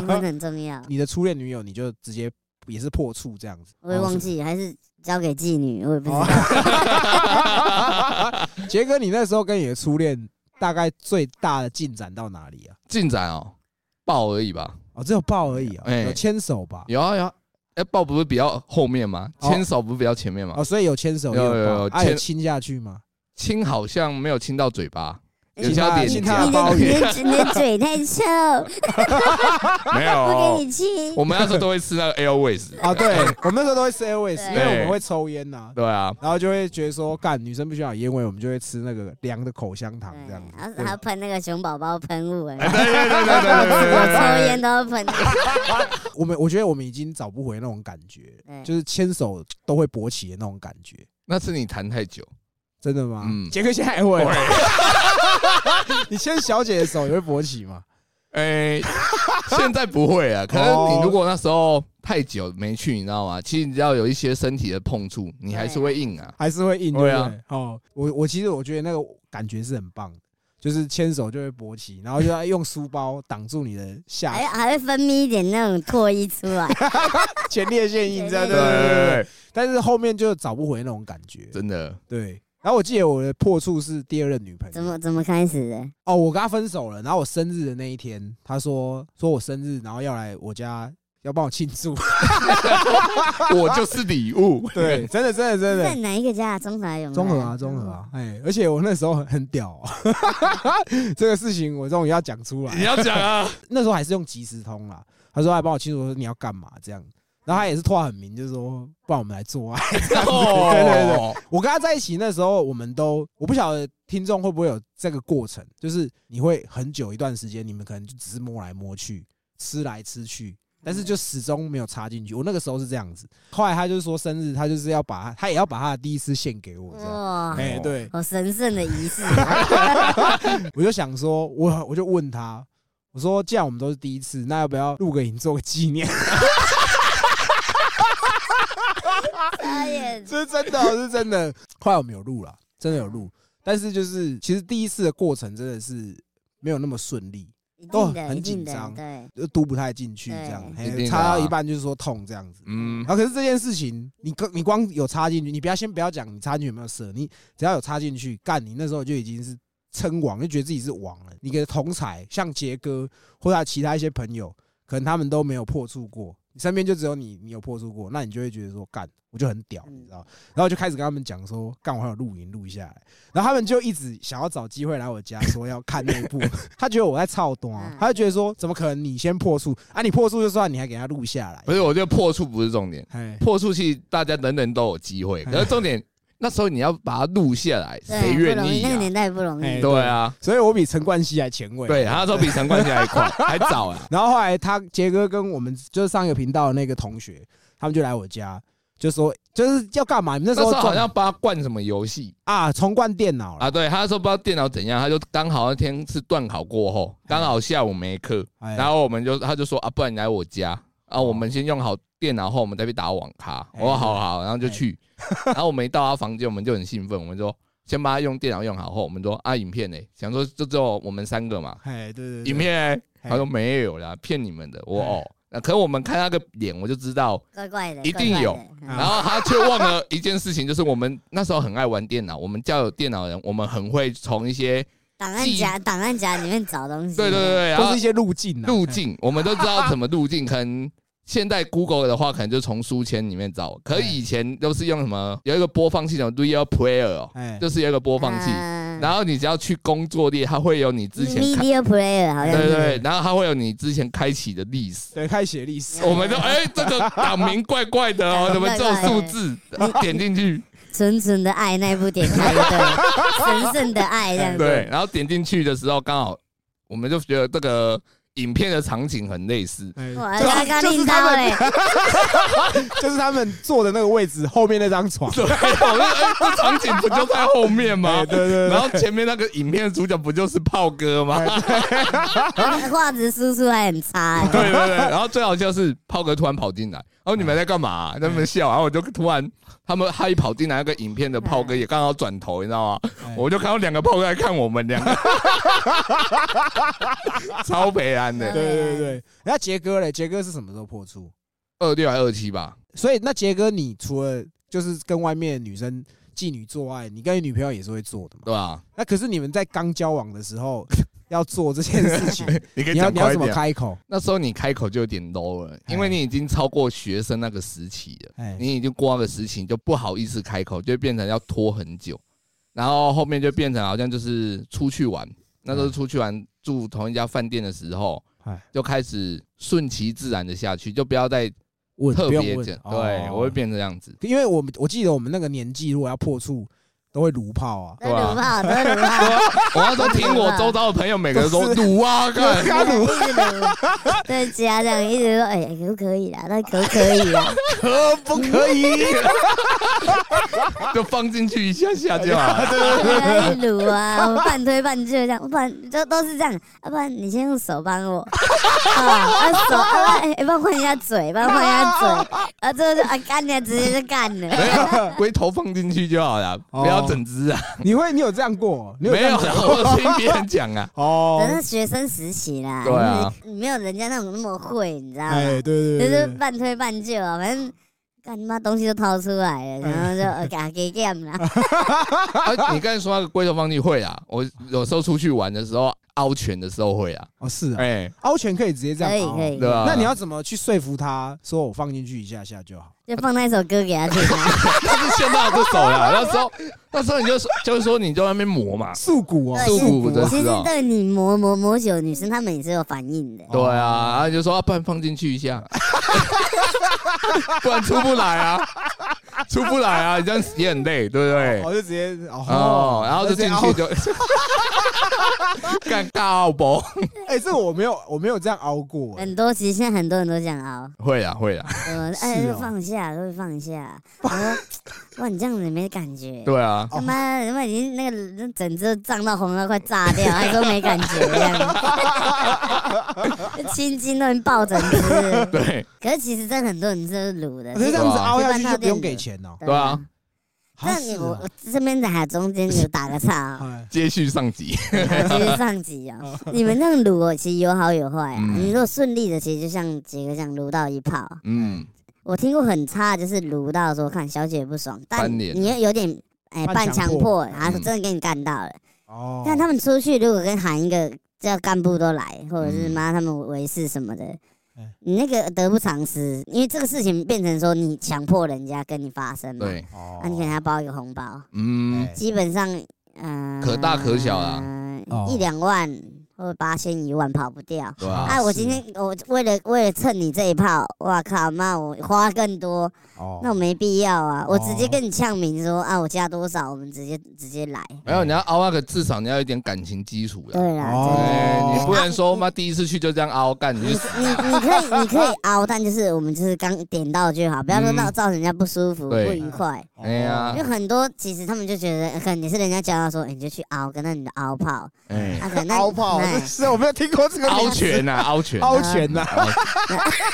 Speaker 2: 灵魂很重要。
Speaker 1: 你的初恋女友你就直接也是破处这样子，哦
Speaker 2: 我也忘记，还是交给妓女，我也不知道。
Speaker 1: 杰哥，你那时候跟你的初恋大概最大的进展到哪里啊？
Speaker 3: 进展哦，抱而已吧。
Speaker 1: 哦，只有抱而已啊，
Speaker 3: 哎
Speaker 1: 有牵手吧？
Speaker 3: 有啊有啊，哎，抱不是比较后面吗？
Speaker 1: 哦
Speaker 3: 牵手不是比较前面吗？
Speaker 1: 哦，所以有牵手，也
Speaker 3: 有有
Speaker 1: 有
Speaker 3: 有
Speaker 1: 抱，啊，有
Speaker 3: 牵
Speaker 1: 亲下去吗？
Speaker 3: 亲好像没有亲到嘴巴，有
Speaker 1: 哎亲
Speaker 3: 些要
Speaker 1: 他
Speaker 3: 点
Speaker 1: 亲
Speaker 3: 夹
Speaker 1: 他的
Speaker 2: 你的
Speaker 1: 包
Speaker 2: 你
Speaker 1: 皮，
Speaker 2: 的你的嘴太臭，
Speaker 3: 没
Speaker 2: 不给
Speaker 1: (laughs)
Speaker 3: 有。
Speaker 2: 你亲。
Speaker 3: 我们那时候都会吃那个 Airways，
Speaker 1: 啊，对，我们那时候都会吃 Airways，
Speaker 2: 对
Speaker 1: 因为我们会抽烟呐、
Speaker 3: 对啊，
Speaker 1: 然后就会觉得说，干女生不需要有烟味，我们就会吃那个凉的口香糖这样
Speaker 2: 对，然
Speaker 1: 子
Speaker 2: 后。还要喷那个熊宝宝喷雾，哎，
Speaker 3: 对对对对对对
Speaker 2: 我抽
Speaker 3: 对
Speaker 2: 烟都要喷。
Speaker 1: 对我们我觉得我们已经找不回那种感觉，
Speaker 2: 对
Speaker 1: 就是牵手都会勃起的那种感觉，
Speaker 3: 那是你谈太久，
Speaker 1: 真的吗
Speaker 3: 嗯？
Speaker 1: 杰、克现在还会吗， (laughs) 你牵小姐的手也会勃起吗？ (laughs)
Speaker 3: 哎，现在不会
Speaker 1: 哦
Speaker 3: 啊。可能你如果那时候太久没去，你知道吗？其实你只要有一些身体的碰触，你还是会硬啊。
Speaker 1: 还是会硬，对不
Speaker 3: 会
Speaker 1: 对？
Speaker 3: 啊
Speaker 1: 哦，我我其实我觉得那个感觉是很棒的，就是牵手就会勃起，然后就要用书包挡住你的下
Speaker 2: 还还会分泌一点那种唾液出来，
Speaker 1: 前列腺硬，这样对
Speaker 3: 对
Speaker 1: 对对对
Speaker 3: 对
Speaker 1: 对。但是后面就找不回那种感觉
Speaker 3: 对，，真的
Speaker 1: 对。然后我记得我的破处是第二任女朋
Speaker 2: 怎
Speaker 1: 友，
Speaker 2: 么怎么开始的？
Speaker 1: 哦，我跟她分手了，然后我生日的那一天，她说说我生日，然后要来我家要帮我庆祝，
Speaker 3: 我就是礼物。
Speaker 1: 对，真的真的真
Speaker 2: 是在
Speaker 1: 的。
Speaker 2: 哪一个家？中和永和。
Speaker 1: 综合啊，综合啊，哎，而且我那时候很很屌、哦， (laughs) 这个事情我终于要讲出来了
Speaker 3: (laughs) 你。要讲啊，
Speaker 1: 那时候还是用即时通啦。他说还哎帮我清楚说你要干嘛这样，然后他也是拖很明，就是说不然我们来做啊爱。 (laughs) 对对
Speaker 3: 哦
Speaker 1: 我跟他在一起那时候，我们都我不晓得听众会不会有这个过程，就是你会很久一段时间，你们可能就只是摸来摸去，吃来吃去。但是就始终没有插进去，我那个时候是这样子。后来他就是说生日，他就是要把他，他也要把他的第一次献给我这样。
Speaker 2: 哇，
Speaker 1: 哎、对，
Speaker 2: 好神圣的仪式啊！
Speaker 1: 我就想说，我我就问他，我说既然我们都是第一次，那要不要录个影做个纪念？ (laughs)
Speaker 2: 傻眼
Speaker 1: 这是真的哦、这是真的。后来我们有录了，真的有录，但是就是其实第一次的过程真的是没有那么顺利，
Speaker 2: 一
Speaker 3: 哦
Speaker 1: 都
Speaker 2: 定的，
Speaker 1: 很
Speaker 2: 一定
Speaker 1: 紧
Speaker 2: 的
Speaker 1: 张，
Speaker 2: 对，
Speaker 1: 就呃嘟不太进去这样，
Speaker 3: 一
Speaker 1: 嘿
Speaker 3: 定的
Speaker 1: 插
Speaker 3: 啊
Speaker 1: 到一半就是说痛这样子。
Speaker 3: 嗯
Speaker 1: 然，后可是这件事情，你刚你光有插进去，你不要先不要讲你插进去有没有射，你只要有插进去，干你那时候就已经是称王，就觉得自己是王了。你的同才像杰哥或者其他一些朋友，可能他们都没有破处过，你身边就只有你你有破处过，那你就会觉得说干我就很屌，
Speaker 2: 嗯
Speaker 1: 你知道？然后就开始跟他们讲说干我还有录影录下来，然后他们就一直想要找机会来我家说要看那
Speaker 2: (laughs)
Speaker 1: 部，他觉得我在操多
Speaker 2: 嗯，
Speaker 1: 他就觉得说怎么可能你先破处啊？你破处就算，你还给他录下来
Speaker 3: 不，是，我觉得破处不是重点，
Speaker 1: 哎。
Speaker 3: 破处其实大家人人都有机会，可是重点那时候你要把它录下来，
Speaker 2: 对
Speaker 3: 谁愿
Speaker 2: 不容易
Speaker 3: 意
Speaker 2: 那个
Speaker 3: 啊？
Speaker 2: 年代不容
Speaker 1: 哎
Speaker 2: 易，
Speaker 3: 对啊，
Speaker 1: 所以我比陈冠希还前卫。
Speaker 3: 对，他那时候比陈冠希还快，还早啊。
Speaker 1: 然后后来他杰哥跟我们就是上一个频道的那个同学，他们就来我家，就说就是要干嘛？你们那时
Speaker 3: 那时候
Speaker 1: 候
Speaker 3: 好
Speaker 1: 装
Speaker 3: 像帮他灌什么游戏
Speaker 1: 啊重灌电脑了，
Speaker 3: 啊？对，他那时候不知道电脑怎样，他就刚好那天是断考过后，刚好下午没课，
Speaker 1: 哎
Speaker 3: 然后我们就他就说啊，不然你来我家，啊，我们先用好电脑后，我们再去打网咖。
Speaker 1: 哎
Speaker 3: 我说好好，然后就去，然后我们一到他房间，我们就很兴奋，我们说先把他用电脑用好后，我们说啊，影片呢？想说就只有我们三个嘛，
Speaker 1: 哎，对对对，
Speaker 3: 影片嘞，
Speaker 1: 哎
Speaker 3: 他说没有啦，骗你们的，我
Speaker 1: 哎
Speaker 3: 哦。那可是我们看他个脸，我就知道，
Speaker 2: 怪怪的，
Speaker 3: 一定有啊
Speaker 2: 怪
Speaker 1: 啊
Speaker 2: 怪的。嗯
Speaker 3: 然后他却忘了一件事情，就是我们那时候很爱玩电脑，我们叫有电脑人，我们很会从
Speaker 1: (laughs)
Speaker 3: 一些
Speaker 2: 档案
Speaker 3: 记
Speaker 2: 夹档案夹里面找东西，
Speaker 3: 对对对，对，然
Speaker 1: 都
Speaker 3: 后
Speaker 1: 是一些路径啊，
Speaker 3: 路径，我们都知道怎么路径。可能现在 Google 的话，可能就从书签里面找。可以前都是用什么？有一个播放系统 Real Player，哦
Speaker 1: 哎，
Speaker 3: 就是有一个播放器。
Speaker 2: 嗯
Speaker 3: 然后你只要去工作列，它会有你之前开，
Speaker 2: media player 好
Speaker 3: 对
Speaker 2: 像
Speaker 3: 对
Speaker 2: 是
Speaker 3: 对，然后它会有你之前开启的历史。
Speaker 1: 对，开写历史，
Speaker 3: 我们就哎，这个党名怪怪的 (laughs) 哦，怎么只有数字？ (laughs) 点进去，
Speaker 2: 纯纯的爱那一部点开就对了，神圣的爱这样子。
Speaker 3: 哎对，然后点进去的时候，刚好我们就觉得这个影片的场景很类 (laughs) 似，
Speaker 1: 哎
Speaker 2: 哇，
Speaker 1: 就
Speaker 2: 刚刚
Speaker 1: 就是
Speaker 2: 令
Speaker 1: 他
Speaker 2: 到
Speaker 1: 们
Speaker 2: 哎，
Speaker 1: (laughs) 就是他们坐的那个位置后面那张
Speaker 3: (laughs)
Speaker 1: 床，
Speaker 3: 对，我说哎，这场景不就在后面吗
Speaker 1: 哎？对对对
Speaker 2: (laughs)
Speaker 3: 然后前面那个影片的主角不就是炮哥吗？
Speaker 2: 画质哎输出还很
Speaker 3: (laughs)
Speaker 2: 差哎。
Speaker 3: 对对对。然后最好笑是炮哥突然跑进来，然后你们在干嘛、在那边笑，然后我就突然他们他一跑进来，那个影片的炮哥也刚好转头，你知道吗
Speaker 1: 哎？
Speaker 3: 我就看到两个炮哥在看我们两个， (laughs) 超北安
Speaker 1: 对
Speaker 3: 的，
Speaker 1: 对对对，人家杰哥嘞，杰哥是什么时候破处？
Speaker 3: 二六还二七吧。
Speaker 1: 所以那杰哥，你除了就是跟外面的女生妓女做爱，你跟你女朋友也是会做的嘛？
Speaker 3: 对吧？
Speaker 1: 那可是你们在刚交往的时候要做这件事情，
Speaker 3: (laughs) 你可以
Speaker 1: 你要
Speaker 3: 讲
Speaker 1: 你要
Speaker 3: 快一
Speaker 1: 怎么
Speaker 3: 点。
Speaker 1: 开口？
Speaker 3: 那时候你开口就有点 low 了，因为
Speaker 1: 哎
Speaker 3: 你已经超过学生那个时期了。
Speaker 1: 哎，
Speaker 3: 你已经过那个时期，你就不好意思开口，就会变成要拖很久，然后后面就变成好像就是出去玩，那时候出去玩住同一家饭店的时候
Speaker 1: 哎，
Speaker 3: 就开始顺其自然的下去，就不要再
Speaker 1: 问
Speaker 3: 特
Speaker 1: 哎不用
Speaker 3: 别
Speaker 1: 问
Speaker 3: 讲，，对
Speaker 1: 哦
Speaker 3: 我会，变成这样子。
Speaker 1: 因为我们我记得我们那个年纪，如果要破处，都会撸炮
Speaker 3: (laughs)
Speaker 1: 啊，
Speaker 2: 都卤泡，都卤泡，
Speaker 1: (laughs)
Speaker 3: 我那时候听我周遭的朋友每个人
Speaker 1: 都
Speaker 3: 说赌啊，干
Speaker 2: 一直卤， (laughs) 对家这样一直说，哎，可不可以啦？那可不可以啊啦？
Speaker 1: 可不可以？
Speaker 3: 就放进去一下下就好了。
Speaker 2: 可以卤啊，我半推半就这样，不然都都是这样，啊要不然你先用手帮
Speaker 1: (laughs)
Speaker 2: 我，啊，啊手，啊，哎，帮我换一下嘴，帮我换一下
Speaker 1: (laughs)
Speaker 2: 嘴，啊，最后就啊干你啊，直接就干了。
Speaker 3: 没有，龟头放进去就好了，不要整只啊。
Speaker 1: (laughs) 你会你有这样过？哦你这
Speaker 3: 没有，
Speaker 1: 样
Speaker 3: (laughs) 我听别人讲
Speaker 1: (laughs)
Speaker 3: 啊。
Speaker 1: 哦
Speaker 2: 可，是学生时期啦，
Speaker 3: 对啊
Speaker 2: 就是没有人家那种那么会，你知道吗？
Speaker 1: 哎，对对
Speaker 2: 就
Speaker 1: 对对，
Speaker 2: 是半推半就啊，反正干你妈东西都掏出来
Speaker 1: 哎
Speaker 2: 了，然后就呃给他给 game 啦，
Speaker 3: 啊，你刚才说那个龟头放进会啊，我有时候出去玩的时候凹拳的时候会啊，
Speaker 1: 哦是啊，
Speaker 3: 哎，
Speaker 1: 凹拳可以直接 (laughs) 这样
Speaker 2: 可以
Speaker 1: 凹啊，
Speaker 2: 可以
Speaker 3: 对啊。
Speaker 1: 那你要怎么去说服他说我放进去一下下就好？
Speaker 2: 就放那一首歌给他
Speaker 1: (laughs)
Speaker 2: 听啊。
Speaker 3: 他是先到这手啦，那时候那时候你就说就是说你就在那边磨嘛，
Speaker 1: 素骨哦，
Speaker 2: 对
Speaker 3: 素骨的
Speaker 1: 啊
Speaker 3: 知
Speaker 2: 其实
Speaker 3: 道
Speaker 2: 对你磨磨磨久，女生她们也是有反应
Speaker 1: 哦
Speaker 2: 的。
Speaker 3: 对啊，然后你就说啊，不然放进去一下， (laughs) 不然出不来啊，出不来啊，你这样也很累，对不对？
Speaker 1: 我就直接
Speaker 3: 哦
Speaker 1: 哦，，
Speaker 3: 然后就进去
Speaker 1: 直接
Speaker 3: 就
Speaker 1: (laughs)
Speaker 3: 干大奥博，
Speaker 1: 凹，哎，这个我没有我没有这样凹过，哎
Speaker 2: 很多其实现在很多人都这样哦熬，
Speaker 3: 会啊会啊，
Speaker 2: 呃，
Speaker 1: 是
Speaker 2: 哎，
Speaker 1: 哦
Speaker 2: 放下，都会
Speaker 1: (laughs)
Speaker 2: 放下。我说，哇，你这样子没感觉。
Speaker 3: 对啊，
Speaker 2: 他妈，他妈已经那个那整只胀到红都快炸
Speaker 1: (laughs)
Speaker 2: 掉，还说没感觉这样， (laughs) 青筋都已经爆整只
Speaker 1: (laughs)
Speaker 2: 了。
Speaker 3: 对
Speaker 2: 可是其实真的很多人是卤的，
Speaker 1: 可是这样子
Speaker 3: 对啊
Speaker 1: 凹下去就不用给钱哦。
Speaker 3: 对啊，
Speaker 1: 好
Speaker 2: 那你
Speaker 1: 是
Speaker 2: 我
Speaker 1: 哦
Speaker 2: 我这边的还中间有打个岔
Speaker 1: (laughs)
Speaker 2: 啊，
Speaker 1: 哎
Speaker 3: 接续上集，
Speaker 2: 其实上
Speaker 1: (laughs)
Speaker 2: 集啊，你们那样卤哦，其实有好有坏啊。
Speaker 3: 嗯
Speaker 2: 你如果顺利的，其实就像杰哥这样卤到一炮，
Speaker 3: 嗯，
Speaker 2: 我听过很差的就是卤到说看小姐不爽，但
Speaker 3: 翻脸
Speaker 2: 你又有点哎
Speaker 1: 半
Speaker 2: 半强
Speaker 1: 强
Speaker 2: 迫，然后
Speaker 3: 嗯
Speaker 2: 真的给你干到了。
Speaker 1: 哦，
Speaker 2: 但他们出去如果跟喊一个叫干部都来，或者是
Speaker 3: 嗯
Speaker 2: 妈他们维士什么的
Speaker 1: 哎，
Speaker 2: 你那个得不偿失，因为这个事情变成说你强迫人家跟你发生嘛，
Speaker 3: 对，
Speaker 1: 哦
Speaker 2: 那、啊你给他包一个红包，
Speaker 3: 嗯
Speaker 1: 哎
Speaker 2: 基本上嗯、呃
Speaker 3: 可大可小啊啦
Speaker 1: 哦
Speaker 2: 一两万或八千一万跑不掉。
Speaker 3: 对啊
Speaker 2: 哎，我
Speaker 1: 是
Speaker 2: 今天我为了为了蹭你这一炮，哇靠妈，我花更多，
Speaker 1: 哦
Speaker 2: 那我没必要啊，我直接
Speaker 1: 哦
Speaker 2: 跟你呛明说啊，我加多少，我们直接直接来。
Speaker 3: 没有，你要凹那个，至少你要有一点感情基础的。
Speaker 2: 对啦，
Speaker 1: 哦
Speaker 2: 真的
Speaker 3: 哎，你不能说
Speaker 2: 啊
Speaker 3: 妈第一次去就这样凹干，你就死
Speaker 2: 你你可以你可以凹，但就是我们就是刚点到就好，不要说到
Speaker 3: 嗯
Speaker 2: 造成人家不舒服、不
Speaker 3: 对
Speaker 2: 愉快。
Speaker 3: 哎呀
Speaker 1: 啊
Speaker 2: 因为很多其实他们就觉得，可能你是人家教他说，哎你就去凹，跟那你的凹炮，
Speaker 3: 哎
Speaker 2: 啊，可能那
Speaker 1: (laughs) 凹炮
Speaker 2: 那哎
Speaker 1: 是啊，我没有听过这个
Speaker 3: 凹
Speaker 1: 名字
Speaker 3: 拳呐，凹
Speaker 1: (laughs)
Speaker 3: 拳，啊
Speaker 1: 凹拳呐，
Speaker 3: 凹拳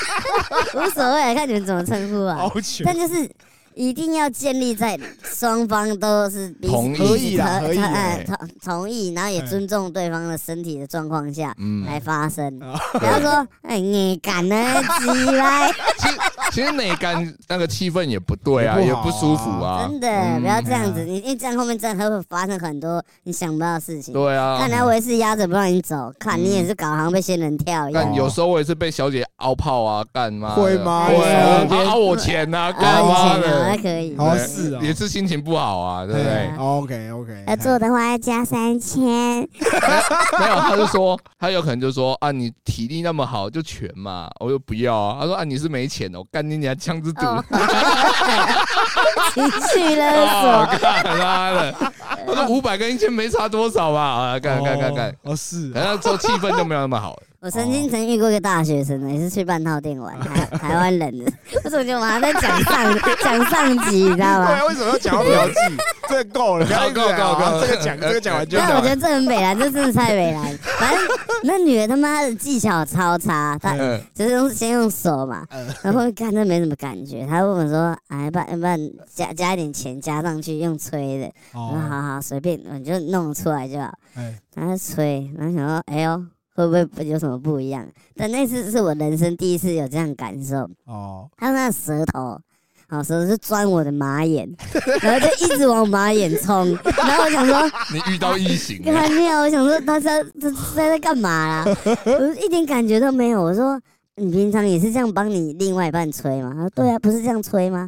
Speaker 2: 无所谓，啊看你们怎么称呼啊。
Speaker 1: 凹拳
Speaker 2: 但。就是一定要建立在双方都是彼此
Speaker 3: 同意
Speaker 1: 合意啦
Speaker 2: 同
Speaker 1: 合意啦哎
Speaker 2: 哎同同意，然后也尊重对方的身体的状况下
Speaker 3: 嗯，
Speaker 2: 来发生。
Speaker 1: 啊
Speaker 2: 不要说哎你敢呢，鸡来，
Speaker 3: 其实其实那干那个气氛也不对啊，
Speaker 1: 也
Speaker 3: 也
Speaker 1: 不好啊
Speaker 3: 不舒服 (laughs) 啊，
Speaker 2: 真的
Speaker 3: 嗯
Speaker 2: 不要这样子，你因为这样后面真的会发生很多你想不到的事情。
Speaker 3: 对啊嗯
Speaker 2: 看，来我也是压着不让你走，看你也是搞得好像被仙人跳一样
Speaker 3: 干。有时候我也是被小姐凹泡啊，干嘛的
Speaker 1: 会吗
Speaker 3: 会啊
Speaker 2: 哎，
Speaker 3: 她凹我钱呐，
Speaker 2: 啊，
Speaker 3: 干嘛
Speaker 2: 以前啊，还
Speaker 3: 的？
Speaker 2: 可以。
Speaker 1: 好
Speaker 3: 对
Speaker 1: 是哦哎
Speaker 3: 也是心情不好啊，对不对？
Speaker 1: OK OK，
Speaker 2: 要做的话要加三千，
Speaker 3: (laughs) 没有，他就说，他有可能就说啊，你体力那么好，就拳嘛，我就不要啊。他说啊，你是没钱哦，干你娘枪支毒， (laughs)
Speaker 2: 哦情绪勒
Speaker 3: 啊
Speaker 2: 索。
Speaker 3: (laughs) 干
Speaker 2: (laughs)
Speaker 3: 他的！他说五百跟一千没差多少吧，啊，干干干干，
Speaker 1: 哦是
Speaker 3: 然后之后气氛就没有那么好了。
Speaker 2: 我曾经曾遇过一个大学生呢，也是去半套店
Speaker 3: (laughs)
Speaker 2: 玩，台台湾人的。我总觉得我好像在讲上讲上集，你知道啊吗？
Speaker 1: 对，为什么要讲到嫖
Speaker 2: (laughs)
Speaker 1: 妓？这个够了，不要一直
Speaker 3: 够够
Speaker 1: 讲啊
Speaker 3: 够
Speaker 1: 这个讲这个讲完就
Speaker 2: 但
Speaker 1: 讲
Speaker 2: 我觉
Speaker 1: 完。
Speaker 2: 得这很北蓝，这真的太北蓝。反正那女的他妈的技巧超差，她
Speaker 3: 嗯，
Speaker 2: 就是用先用手嘛，然后看那没什么感觉。她问我说：“哎，不然不然加加一点钱加上去，用吹的。”我
Speaker 1: 哦
Speaker 2: 说：“好好随便，我就弄出来就好。”
Speaker 1: 哎，
Speaker 2: 然后吹，然后想说，哎呦，会不会有什么不一样？但那次是我人生第一次有这样感受。
Speaker 1: 哦，
Speaker 2: 他那舌头，好舌头就钻我的马眼，然后就一直往马眼冲。然后我想说，
Speaker 3: 你遇到
Speaker 2: (laughs)
Speaker 3: 异形了， (laughs)
Speaker 2: 干妙，我想说他在他在在干嘛啦？我一点感觉都没有。我说。你平常也是这样帮你另外一半吹吗？他说对啊，不是这样吹
Speaker 3: (laughs)
Speaker 2: 吗？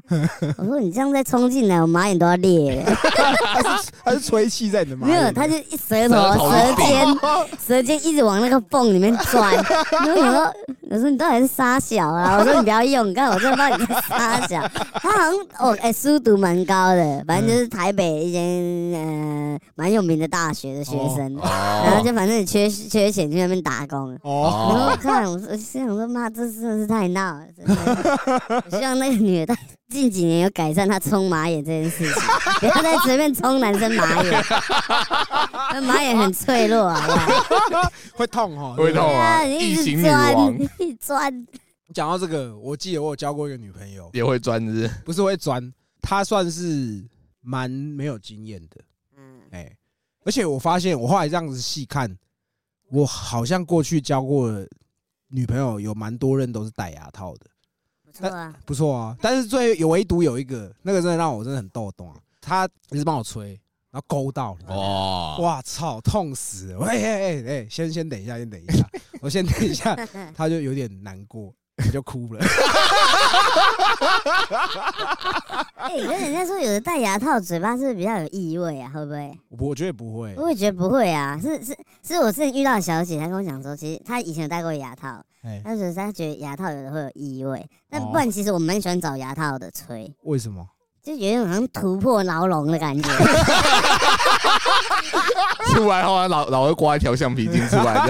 Speaker 2: 我说你这样再冲进来，我马眼都要裂了。
Speaker 1: 他是他是吹气在你的吗？
Speaker 2: 没有，他就一舌头、啊
Speaker 3: 舌
Speaker 2: 舌
Speaker 3: 头
Speaker 2: 尖、舌尖一直往那个缝里面钻。然后我说：“我说你到底是沙小啊？”我说：“你不要用，你看我真的不知道你是沙小。”他好像哦，哎、书读蛮高的，反正就是台北一间呃蛮有名的大学的学生。然后
Speaker 3: 哦，
Speaker 2: 就反正你缺缺钱去那边打工。
Speaker 1: 哦，
Speaker 2: 然后
Speaker 3: 哦，
Speaker 2: 看我，我心想说：“妈，这真的是太闹了！”真的我希望那个女的近几年有改善她冲马眼这件事情，不要再随便冲男生马
Speaker 3: (laughs)
Speaker 2: 眼，那马眼很脆弱，啊好不好？
Speaker 1: (laughs) 会痛哦，
Speaker 3: 会 (laughs) 痛
Speaker 2: 对啊，
Speaker 3: 啊，
Speaker 2: 你
Speaker 3: 异
Speaker 2: 一
Speaker 3: 形
Speaker 2: 直
Speaker 3: 女王
Speaker 2: 钻，一钻，
Speaker 1: 讲到这个，我记得我有交过一个女朋友，
Speaker 3: 也会钻是
Speaker 1: 不是会钻，她算是蛮没有经验的，哎，而且我发现我后来这样子细看，我好像过去交过的女朋友有蛮多任都是戴牙套的。
Speaker 2: 不错啊，
Speaker 1: 不错啊，但是最有唯独有一个，那个真的让我真的很逗懂啊，他一直帮我吹，然后勾到，你知道吗
Speaker 3: 哦，
Speaker 1: 哇操，痛死了！喂哎哎哎，先先等一下，先等一下，我先等一下，他就有点难 (laughs) 过，我就哭了。
Speaker 2: 哎，可是人家说有的戴牙套嘴巴是不是比较有异味啊？会不会？
Speaker 1: 我不我觉得不会，
Speaker 2: 我也觉得不会啊，是是是，我之前遇到的小姐，她跟我讲说，其实她以前有戴过牙套，
Speaker 1: 哎，
Speaker 2: 她说她觉得牙套有的会有异味，但
Speaker 1: 哦
Speaker 2: 不然其实我蛮喜欢找牙套的吹，
Speaker 1: 为什么？
Speaker 2: 就有一种好像突破牢笼
Speaker 1: (laughs)
Speaker 2: 的感觉。
Speaker 3: 出来后老老会刮一条橡皮筋出来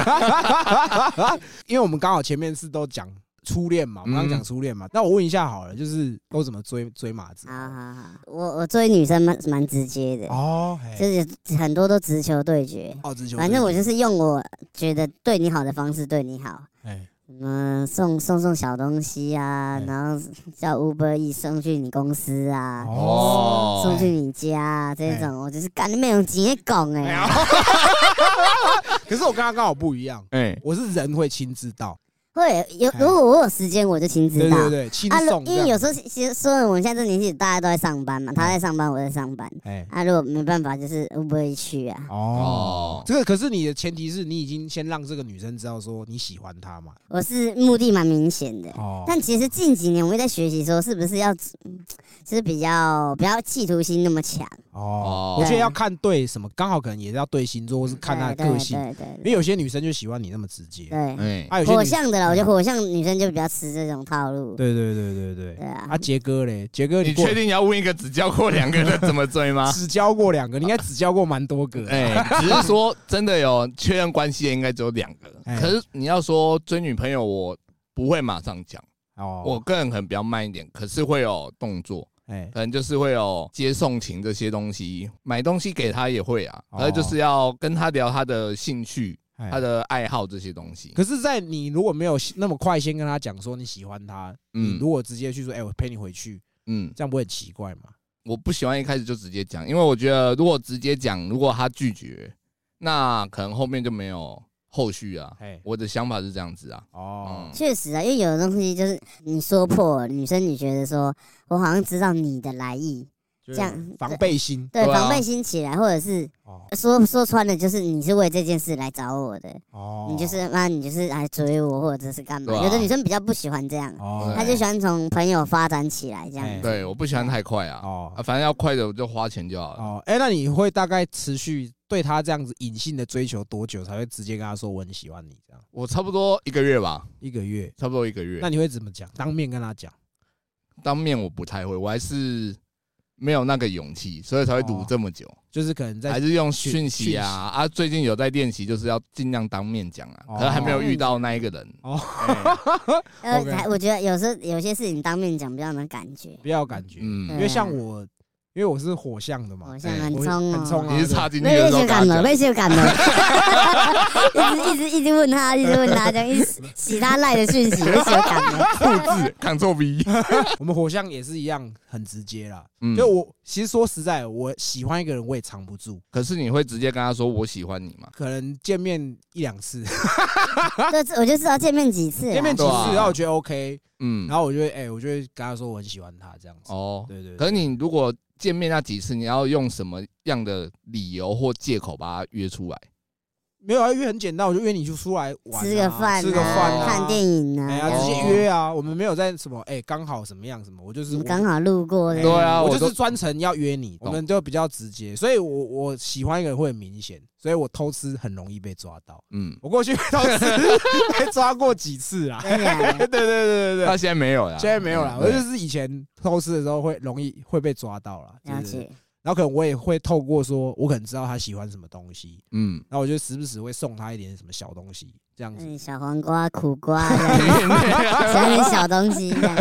Speaker 3: 这样，
Speaker 1: 因为我们刚好前面是都讲初恋嘛，我们刚刚讲初恋嘛，那我问一下好了，就是都怎么追追马子？
Speaker 2: 好好好，我我作为女生蛮蛮直接的，
Speaker 1: 哦，嘿
Speaker 2: 就是很多都直球对决，
Speaker 1: 哦，直球，
Speaker 2: 反正我就是用我觉得对你好的方式对你好。
Speaker 1: 哎，
Speaker 2: 嗯，送送送小东西啊
Speaker 1: 哎，
Speaker 2: 然后叫 Uber E 送去你公司啊，
Speaker 3: 哦
Speaker 2: 送去你家
Speaker 1: 哎
Speaker 2: 啊，这种我就是干那种直接拱哎，
Speaker 1: 可是我跟他刚好不一样，
Speaker 3: 哎，
Speaker 1: 我是人会亲自到，
Speaker 2: 会有
Speaker 1: 哎
Speaker 2: 如果我有时间我就亲自
Speaker 1: 对
Speaker 2: 到
Speaker 1: 对对，轻
Speaker 2: 啊，如
Speaker 1: 松这样，嗯
Speaker 2: 因为有时候其实说我们现在这年纪大家都在上班嘛，他在上班我在上班，
Speaker 1: 哎。
Speaker 2: 啊，如果没办法就是 Uber E 去啊，
Speaker 1: 哦
Speaker 3: 哦，
Speaker 1: 这个可是你的前提是你已经先让这个女生知道说你喜欢她嘛。
Speaker 2: 我是目的蛮明显的。
Speaker 1: 哦
Speaker 2: 但其实近几年我也在学习说，是不是要，嗯就是比较不要企图心那么强，
Speaker 1: 哦
Speaker 3: 哦，
Speaker 1: 我觉得要看对什么，刚好可能也是要对星座，或是看她的
Speaker 2: 对
Speaker 1: 个性，
Speaker 2: 对对
Speaker 1: 因为
Speaker 2: 对
Speaker 1: 有些女生就喜欢你那么直接，
Speaker 2: 对。
Speaker 3: 哎，
Speaker 1: 啊，有些
Speaker 2: 火
Speaker 1: 女生
Speaker 2: 象的啦，我觉得火象女生就比较吃这种套路。
Speaker 1: 对对对对
Speaker 2: 对
Speaker 1: 对。
Speaker 2: 啊，
Speaker 1: 啊，杰哥嘞，杰哥
Speaker 3: 你
Speaker 1: 过啊
Speaker 3: 确定你要问一个只教过两
Speaker 1: (laughs)
Speaker 3: 个的怎么追吗？
Speaker 1: 只教过两个，你应该只教过蛮多个。
Speaker 3: 哎、只是说真的有确认关系的应该只有两个
Speaker 1: 哎，
Speaker 3: 可是你要说追女朋友，我不会马上讲，
Speaker 1: 哦，
Speaker 3: 我个人可能比较慢一点，可是会有动作，
Speaker 1: 哎
Speaker 3: 可能就是会有接送情这些东西，买东西给她也会啊，
Speaker 1: 哦
Speaker 3: 还有就是要跟她聊她的兴趣，
Speaker 1: 哎
Speaker 3: 他的爱好这些东西。
Speaker 1: 可是，在你如果没有那么快先跟他讲说你喜欢他，你
Speaker 3: 嗯
Speaker 1: 如果直接去说，哎，我陪你回去，
Speaker 3: 嗯，
Speaker 1: 这样不会很奇怪吗？
Speaker 3: 我不喜欢一开始就直接讲，因为我觉得如果直接讲，如果他拒绝，那可能后面就没有后续啊。
Speaker 1: 哎，
Speaker 3: 我的想法是这样子啊，
Speaker 1: 哦
Speaker 3: 嗯，
Speaker 2: 确实啊，因为有的东西就是你说破，女生你觉得说我好像知道你的来意，
Speaker 1: 这
Speaker 2: 这样
Speaker 1: 防备心
Speaker 2: 对，
Speaker 3: 对啊
Speaker 2: 防备心起来，或者是
Speaker 1: 哦
Speaker 2: 说说穿了，就是你是为这件事来找我的，
Speaker 1: 哦，
Speaker 2: 你就是妈，你就是来追我或者是干嘛？
Speaker 3: 对啊
Speaker 2: 有的女生比较不喜欢这样，
Speaker 1: 哦，
Speaker 3: 啊
Speaker 2: 她就喜欢从朋友发展起来这样
Speaker 1: 哎
Speaker 2: 子。
Speaker 3: 对，我不喜欢太快啊，
Speaker 1: 哦
Speaker 3: 啊，反正要快的我就花钱就好了。
Speaker 1: 哦，哎、那你会大概持续对他这样子隐性的追求多久，才会直接跟他说我很喜欢你这样？
Speaker 3: 我差不多一个月吧，
Speaker 1: 一个月？
Speaker 3: 差不多一个月
Speaker 1: 那。你会怎么讲？当面跟他讲？
Speaker 3: 当面我不太会，我还是没有那个勇气，所以才会读这么久，
Speaker 1: 就是可能
Speaker 3: 还
Speaker 1: 在
Speaker 3: 是用
Speaker 1: 讯
Speaker 3: 讯息啊啊！最近有在练习，就是要尽量当面讲啊，可是还没有遇到那一个人。
Speaker 1: 哦
Speaker 3: 哦，
Speaker 2: 呃，
Speaker 1: OK
Speaker 2: 还我觉得有时候有些事情当面讲比较能感觉，
Speaker 1: 不要有感觉，因
Speaker 3: 嗯，
Speaker 1: 为像我，因为我是火象的嘛
Speaker 2: 我，像
Speaker 3: 哎
Speaker 2: 很
Speaker 1: 我
Speaker 2: 冲
Speaker 1: 很冲
Speaker 2: 哦，
Speaker 1: 啊
Speaker 3: 你是插进去
Speaker 2: 被
Speaker 3: 的时候
Speaker 2: 羞
Speaker 3: 跟
Speaker 2: 感
Speaker 3: 他
Speaker 2: 了，
Speaker 3: 讲， (laughs)
Speaker 2: 被羞感了，一直一直一直问他，一直问他，这样一直洗他赖的讯息，被羞感了。
Speaker 3: 复制 Ctrl (laughs) V。
Speaker 1: 我们火象也是一样，很直接啦。
Speaker 3: 嗯，
Speaker 1: 就我其实说实在，我喜欢一个人我也藏不住，
Speaker 3: 可是你会直接跟他说我喜欢你吗？
Speaker 1: 可能见面一两次，
Speaker 2: 对，我就知道见面几次啦，
Speaker 1: 见面几
Speaker 3: 对啊
Speaker 1: 次，然后我觉得 OK，
Speaker 3: 嗯
Speaker 1: 然，后我就会哎、我就会跟他说我很喜欢他这样子。
Speaker 3: 哦，
Speaker 1: 对对对，
Speaker 3: 可是你如果见面那几次，你要用什么样的理由或借口把他约出来？
Speaker 1: 没有啊，约很简单，我就约你就出来玩啊、
Speaker 2: 吃个饭啊，
Speaker 1: 吃个饭啊，
Speaker 2: 看电影
Speaker 1: 哎
Speaker 2: 啊
Speaker 1: 呀，
Speaker 3: 哦
Speaker 1: 直
Speaker 2: 这样，
Speaker 1: 接约啊，我们没有在什么哎，刚好什么样什么，我就是
Speaker 2: 你
Speaker 1: 我
Speaker 2: 刚好路过
Speaker 1: 哎
Speaker 2: 的，
Speaker 3: 对啊
Speaker 1: 我
Speaker 3: 我
Speaker 1: 就是
Speaker 3: 都
Speaker 1: 专程要约你，我
Speaker 3: 懂
Speaker 1: 们就比较直接，所以我我喜欢一个人会很明显，所以我偷吃很容易被抓到，
Speaker 3: 嗯，
Speaker 1: 我过去偷吃 (laughs) 被抓过几次啊，
Speaker 2: 真的啊
Speaker 1: 对对对对
Speaker 3: 他
Speaker 1: 对。
Speaker 3: 现在没有了，
Speaker 1: 现在没有啦，
Speaker 3: 嗯
Speaker 1: 我就是以前偷吃的时候会容易会被抓到啦，对
Speaker 2: 了
Speaker 1: 对对
Speaker 2: 解。
Speaker 1: 然后可能我也会透过说，我可能知道他喜欢什么东西， (laughs)
Speaker 3: 嗯，
Speaker 1: 然后我就时不时会送他一点什么小东西，这样子。
Speaker 2: 嗯，小黄瓜、苦瓜，这
Speaker 3: 嗯
Speaker 2: 样喜欢点小东西
Speaker 1: (laughs)
Speaker 2: 这样。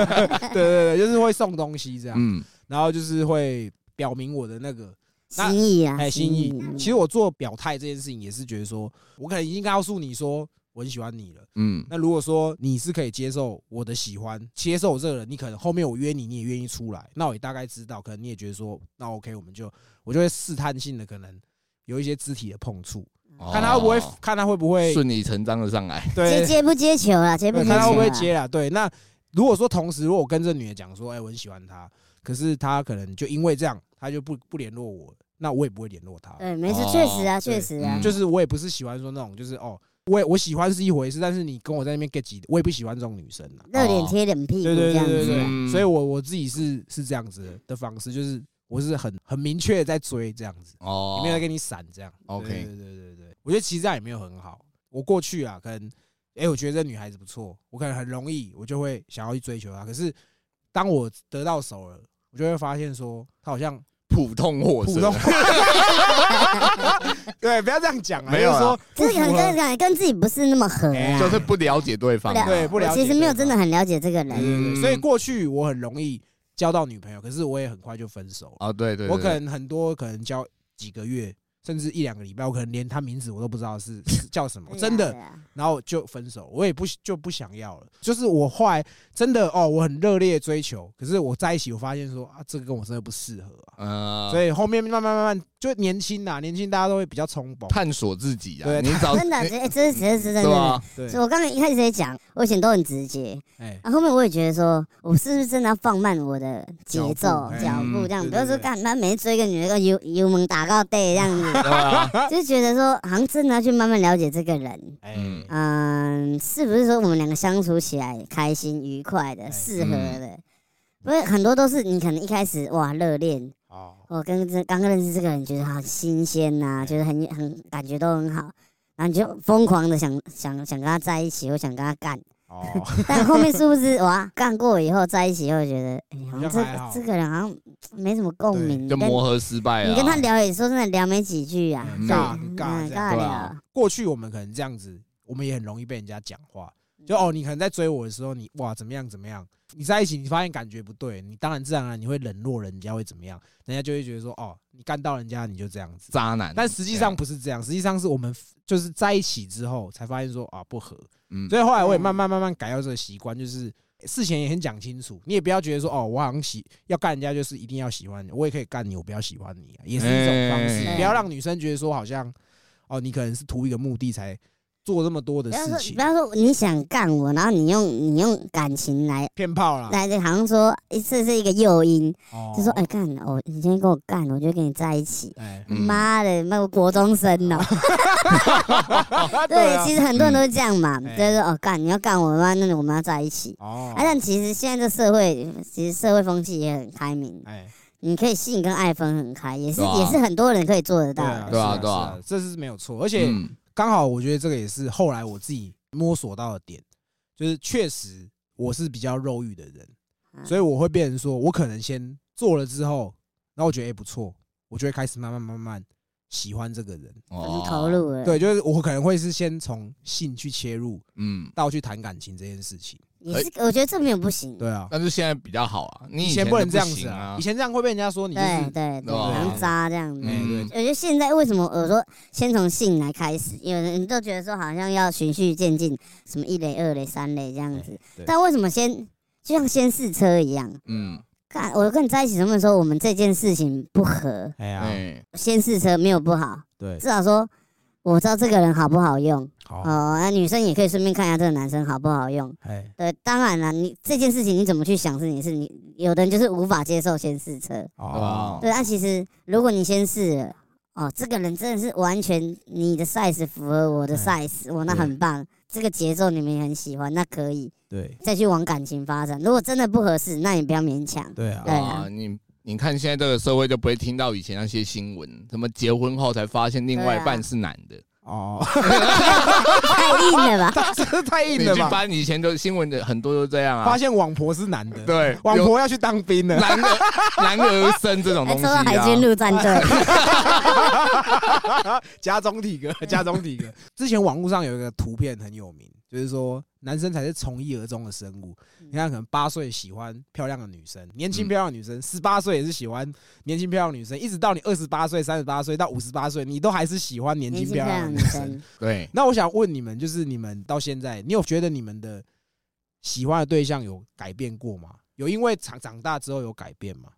Speaker 1: 对对对，就是会送东西这样。
Speaker 3: 嗯，
Speaker 1: 然后就是会表明我的那个那
Speaker 2: 心意啊，
Speaker 1: 哎心意。其
Speaker 2: 嗯
Speaker 1: 实我做表态这件事情也是觉得说，我可能已经告诉你说我很喜欢你了。
Speaker 3: 嗯，
Speaker 1: 那如果说你是可以接受我的喜欢，接受我这个人，你可能后面我约你，你也愿意出来，那我也大概知道，可能你也觉得说，那 OK，我们就我就会试探性的可能有一些肢体的碰触， (laughs) 看他会不会
Speaker 3: 哦
Speaker 1: 看他会不会
Speaker 3: 顺理成章的
Speaker 1: (laughs)
Speaker 3: 上来。
Speaker 1: 对
Speaker 2: 接接不接球啦，接不
Speaker 1: 对，
Speaker 2: 接球
Speaker 1: 看
Speaker 2: 啊啦？
Speaker 1: 他会不会接啦。对，那如果说同时，如果我跟这女的讲说，哎、我很喜欢她，可是她可能就因为这样，她就不不联络我，那我也不会联络她。
Speaker 2: 对，没事，
Speaker 3: 哦
Speaker 2: 确实啊，
Speaker 1: 对哦
Speaker 2: 确实啊
Speaker 3: 嗯，
Speaker 1: 就是我也不是喜欢说那种，就是哦，我也我喜欢是一回事，但是你跟我在那边 get 几，我也不喜欢这种女生啊。
Speaker 2: 热脸贴冷屁股
Speaker 1: 对对
Speaker 2: 这
Speaker 1: 对
Speaker 2: 样
Speaker 1: 对
Speaker 2: 子
Speaker 1: 对，
Speaker 2: 啊。
Speaker 3: 嗯
Speaker 1: 所以我我自己是是这样子的的方式，就是我是很很明确的在追这样子，
Speaker 3: 哦
Speaker 1: 也没有在跟你闪这样。
Speaker 3: OK
Speaker 1: 对对对对对，我觉得其实这样也没有很好。我过去啊，可能哎、我觉得这女孩子不错，我可能很容易我就会想要去追求她。可是当我得到手了，我就会发现说她好像
Speaker 3: 普通货色
Speaker 1: 普通。 (laughs) 对，不要这样讲啊，
Speaker 3: 没有
Speaker 1: 就是说
Speaker 3: 啦
Speaker 1: 不
Speaker 2: 这
Speaker 1: 符
Speaker 2: 个
Speaker 1: 合
Speaker 2: 跟跟跟自己不是那么合
Speaker 1: 哎
Speaker 2: 啊，
Speaker 3: 就是不了解对方啊，
Speaker 2: 不
Speaker 1: 对不了
Speaker 2: 我
Speaker 1: 解，
Speaker 2: 其实没有真的。很了解这个
Speaker 1: 对对
Speaker 2: 人，
Speaker 1: 对，
Speaker 3: 嗯
Speaker 1: 所以过去我很容易交到女朋友，可是我也很快就分手了。
Speaker 3: 啊，对对，对
Speaker 1: 我可能很多可能交几个月，甚至一两个礼拜，我可能连他名字我都不知道是 (laughs) 是叫什么，
Speaker 2: 对啊
Speaker 1: 真的。
Speaker 2: 对啊
Speaker 1: 然后就分手，我也不就不想要了。就是我后来真的哦，我很热烈追求，可是我在一起，我发现说啊，这个跟我真的不适合啊。
Speaker 2: 嗯
Speaker 3: 呃，
Speaker 1: 所以后面慢慢慢慢就年轻呐，年轻大家都会比较冲动，
Speaker 3: 探索自己啊，
Speaker 1: 对
Speaker 3: 你找
Speaker 2: 真的，
Speaker 3: 你
Speaker 2: 这哎这是这是真的
Speaker 3: 对啊吧？
Speaker 1: 哦对
Speaker 2: 所以，我刚才一开始也讲，我以前都很直接，
Speaker 1: 哎，
Speaker 2: 啊，后面我也觉得说，我是不是真的要放慢我的节
Speaker 1: 脚
Speaker 2: 奏
Speaker 1: 步、哎
Speaker 2: 脚步这样？
Speaker 1: 嗯
Speaker 2: 比如说
Speaker 1: 对对对
Speaker 2: 干，他每次追一个女的，油油门打到背这样子，
Speaker 3: 对啊
Speaker 1: (laughs)
Speaker 2: (laughs)
Speaker 3: 吧？
Speaker 2: 就觉得说，好像真的要去慢慢了解这个人。
Speaker 1: 哎，
Speaker 3: 嗯
Speaker 2: 嗯，是不是说我们两个相处起来开心、愉快的、适合
Speaker 1: 嗯
Speaker 2: 的？因为很多都是你可能一开始哇热恋，
Speaker 1: 好，
Speaker 2: 我跟这刚认识这个人，觉得好新鲜呐、
Speaker 1: 嗯
Speaker 2: 觉得很很感觉都很好，然后你就疯狂的想想想跟他在一起，或想跟他
Speaker 1: (laughs)
Speaker 2: 干。
Speaker 1: 哦，
Speaker 2: 但后面殊不知，哇，干过以后在一起以后，觉得、哎好像这
Speaker 1: 好像还好
Speaker 2: 个这个人好像没什么共鸣，
Speaker 3: 就
Speaker 2: 你跟
Speaker 3: 磨合失败了啊，
Speaker 2: 你跟他聊也说真的聊没几句啊，
Speaker 1: 嗯
Speaker 2: 对
Speaker 1: 尬
Speaker 2: 嗯
Speaker 1: 尬
Speaker 2: 嗯
Speaker 1: 这样
Speaker 2: 尬
Speaker 3: 对
Speaker 2: 聊
Speaker 3: 啊，
Speaker 1: 过去我们可能
Speaker 2: 嗯
Speaker 1: 这样子，我们也很容易被人家讲话，就哦，你可能在追我的时候，你哇怎么样怎么样，你在一起，你发现感觉不对，你当然自然而然你会冷落人家，会怎么样？人家就会觉得说，哦，你干到人家，你就这样子。
Speaker 3: 渣男。
Speaker 1: 但实际上不是这样，实际上是我们就是在一起之后才发现说啊不合，
Speaker 3: 嗯，
Speaker 1: 所以后来我也慢慢慢慢改掉这个习惯，就是事前也很讲清楚，你也不要觉得说哦，我好像喜要干人家就是一定要喜欢你，我也可以干你，我不要喜欢你、啊，也是一种方式，
Speaker 2: 哎
Speaker 1: 不要让女生觉得说好像哦，你可能是图一个目的才做这么多的
Speaker 2: 不要
Speaker 1: 事
Speaker 2: 说
Speaker 1: 情
Speaker 2: 不，要说你想干我，然后你用你用感情来
Speaker 1: 骗炮啦，
Speaker 2: 来，好像说一次是一个诱因，
Speaker 1: 啊哦
Speaker 2: 就说哎干哦，你今天跟我干，我就跟你在一起。
Speaker 1: 哎，
Speaker 3: 嗯
Speaker 2: 妈的，那个国中生哦、对，
Speaker 1: 啊
Speaker 2: (laughs) 其实很多人都是这样嘛，
Speaker 1: 嗯
Speaker 2: 就是说哦干你要干我吗？那我们要在一起。
Speaker 1: 哦
Speaker 2: 啊，，但其实现在这社会，其实社会风气也很开明，
Speaker 1: 哎，
Speaker 2: 你可以性跟爱分很开，也是、
Speaker 3: 对啊
Speaker 2: 也是很多人可以做得到
Speaker 1: 对
Speaker 2: 的
Speaker 1: 啊，。
Speaker 3: 对啊
Speaker 1: 是
Speaker 3: 对啊
Speaker 1: 是这是没有错，而且
Speaker 3: 嗯
Speaker 1: 刚好我觉得这个也是后来我自己摸索到的点，就是确实我是比较肉欲的人，
Speaker 2: 嗯
Speaker 1: 所以我会变成说我可能先做了之后，然后我觉得哎、不错，我就会开始慢慢慢慢喜欢这个人。
Speaker 3: 哦
Speaker 2: 很投，入了，
Speaker 1: 对，就是我可能会是先从性去切入，
Speaker 3: 嗯，
Speaker 1: 到去谈感情这件事情。
Speaker 2: 也是我觉得这没有不行。
Speaker 1: 哎对啊，
Speaker 3: 但是现在比较好啊，你
Speaker 1: 以前
Speaker 3: 前就
Speaker 1: 不
Speaker 3: 不
Speaker 1: 能这样
Speaker 3: 行
Speaker 1: 子
Speaker 3: 啊
Speaker 1: 以，前这样会被人家说你就
Speaker 2: 对
Speaker 1: 是
Speaker 2: 对
Speaker 3: 对
Speaker 2: 对，
Speaker 3: 啊
Speaker 2: 很渣这样子。
Speaker 3: 嗯
Speaker 1: 嗯，
Speaker 2: 我觉得现在为什么我说先从性来开始，有人都觉得说好像要循序渐进，什么一垒、二垒、三垒这样子
Speaker 1: 哎对。
Speaker 2: 但为什么先就像先试车一样？
Speaker 3: 嗯，
Speaker 2: 看我跟你在一起，什么时候我们这件事情不合？
Speaker 1: 哎呀，
Speaker 3: 哎，
Speaker 2: 先试车没有不好，
Speaker 1: 对，
Speaker 2: 至少说我知道这个人好不好用。
Speaker 1: 好
Speaker 2: 哦，，那女生也可以顺便看一下这个男生好不好用。
Speaker 1: 哎，
Speaker 2: 对，当然了，你这件事情你怎么去想是你是你，有的人就是无法接受先试车。
Speaker 1: 哦，
Speaker 2: 对，那、其实如果你先试了，哦，这个人真的是完全你的 size 符合我的 size，我、那哦
Speaker 1: 对
Speaker 2: 很棒，这个节奏你们也很喜欢，那可以
Speaker 1: 对，
Speaker 2: 再去往感情发展。如果真的不合适，那也不要勉强。
Speaker 1: 对啊
Speaker 2: 对，
Speaker 3: 啊，你你看现在这个社会就不会听到以前那些新闻，什么结婚后才发现另外一半是男的，
Speaker 1: 哦，
Speaker 2: 太硬了吧？
Speaker 1: (laughs) 这太硬
Speaker 3: 你
Speaker 1: 了
Speaker 3: 去
Speaker 1: 吧？
Speaker 3: 翻以前就新闻的很多都这样
Speaker 1: 啊发
Speaker 3: 啊，
Speaker 1: 现网婆是男的，
Speaker 3: 对，
Speaker 1: 网
Speaker 3: 有
Speaker 1: 婆要去当兵了。
Speaker 3: 男的 (laughs) 男儿身这种
Speaker 2: 还
Speaker 3: 东
Speaker 2: 抽
Speaker 3: 西
Speaker 2: 哎到海军
Speaker 3: 啊，
Speaker 2: 陆战队，
Speaker 1: (laughs) 家中体格，家中体格。之前网络上有一个图片很有名，就是说男生才是从一而终的生物。你看，可能八岁喜欢漂亮的女生，年轻
Speaker 3: 嗯
Speaker 1: 漂亮的女生；十八岁也是喜欢年轻漂亮的女生，一直到你二十八岁、三十八岁到五十八岁，你都还是喜欢年
Speaker 2: 年
Speaker 1: 轻
Speaker 2: 轻
Speaker 1: 漂
Speaker 2: 漂
Speaker 1: 亮的
Speaker 2: 亮
Speaker 1: 女
Speaker 2: 女
Speaker 1: 生。
Speaker 2: 生，
Speaker 3: 对，
Speaker 1: 那我想问你们，就是你们到现在，你有觉得你们的喜欢的对象有改变过吗？有因为长长大之后有改变吗？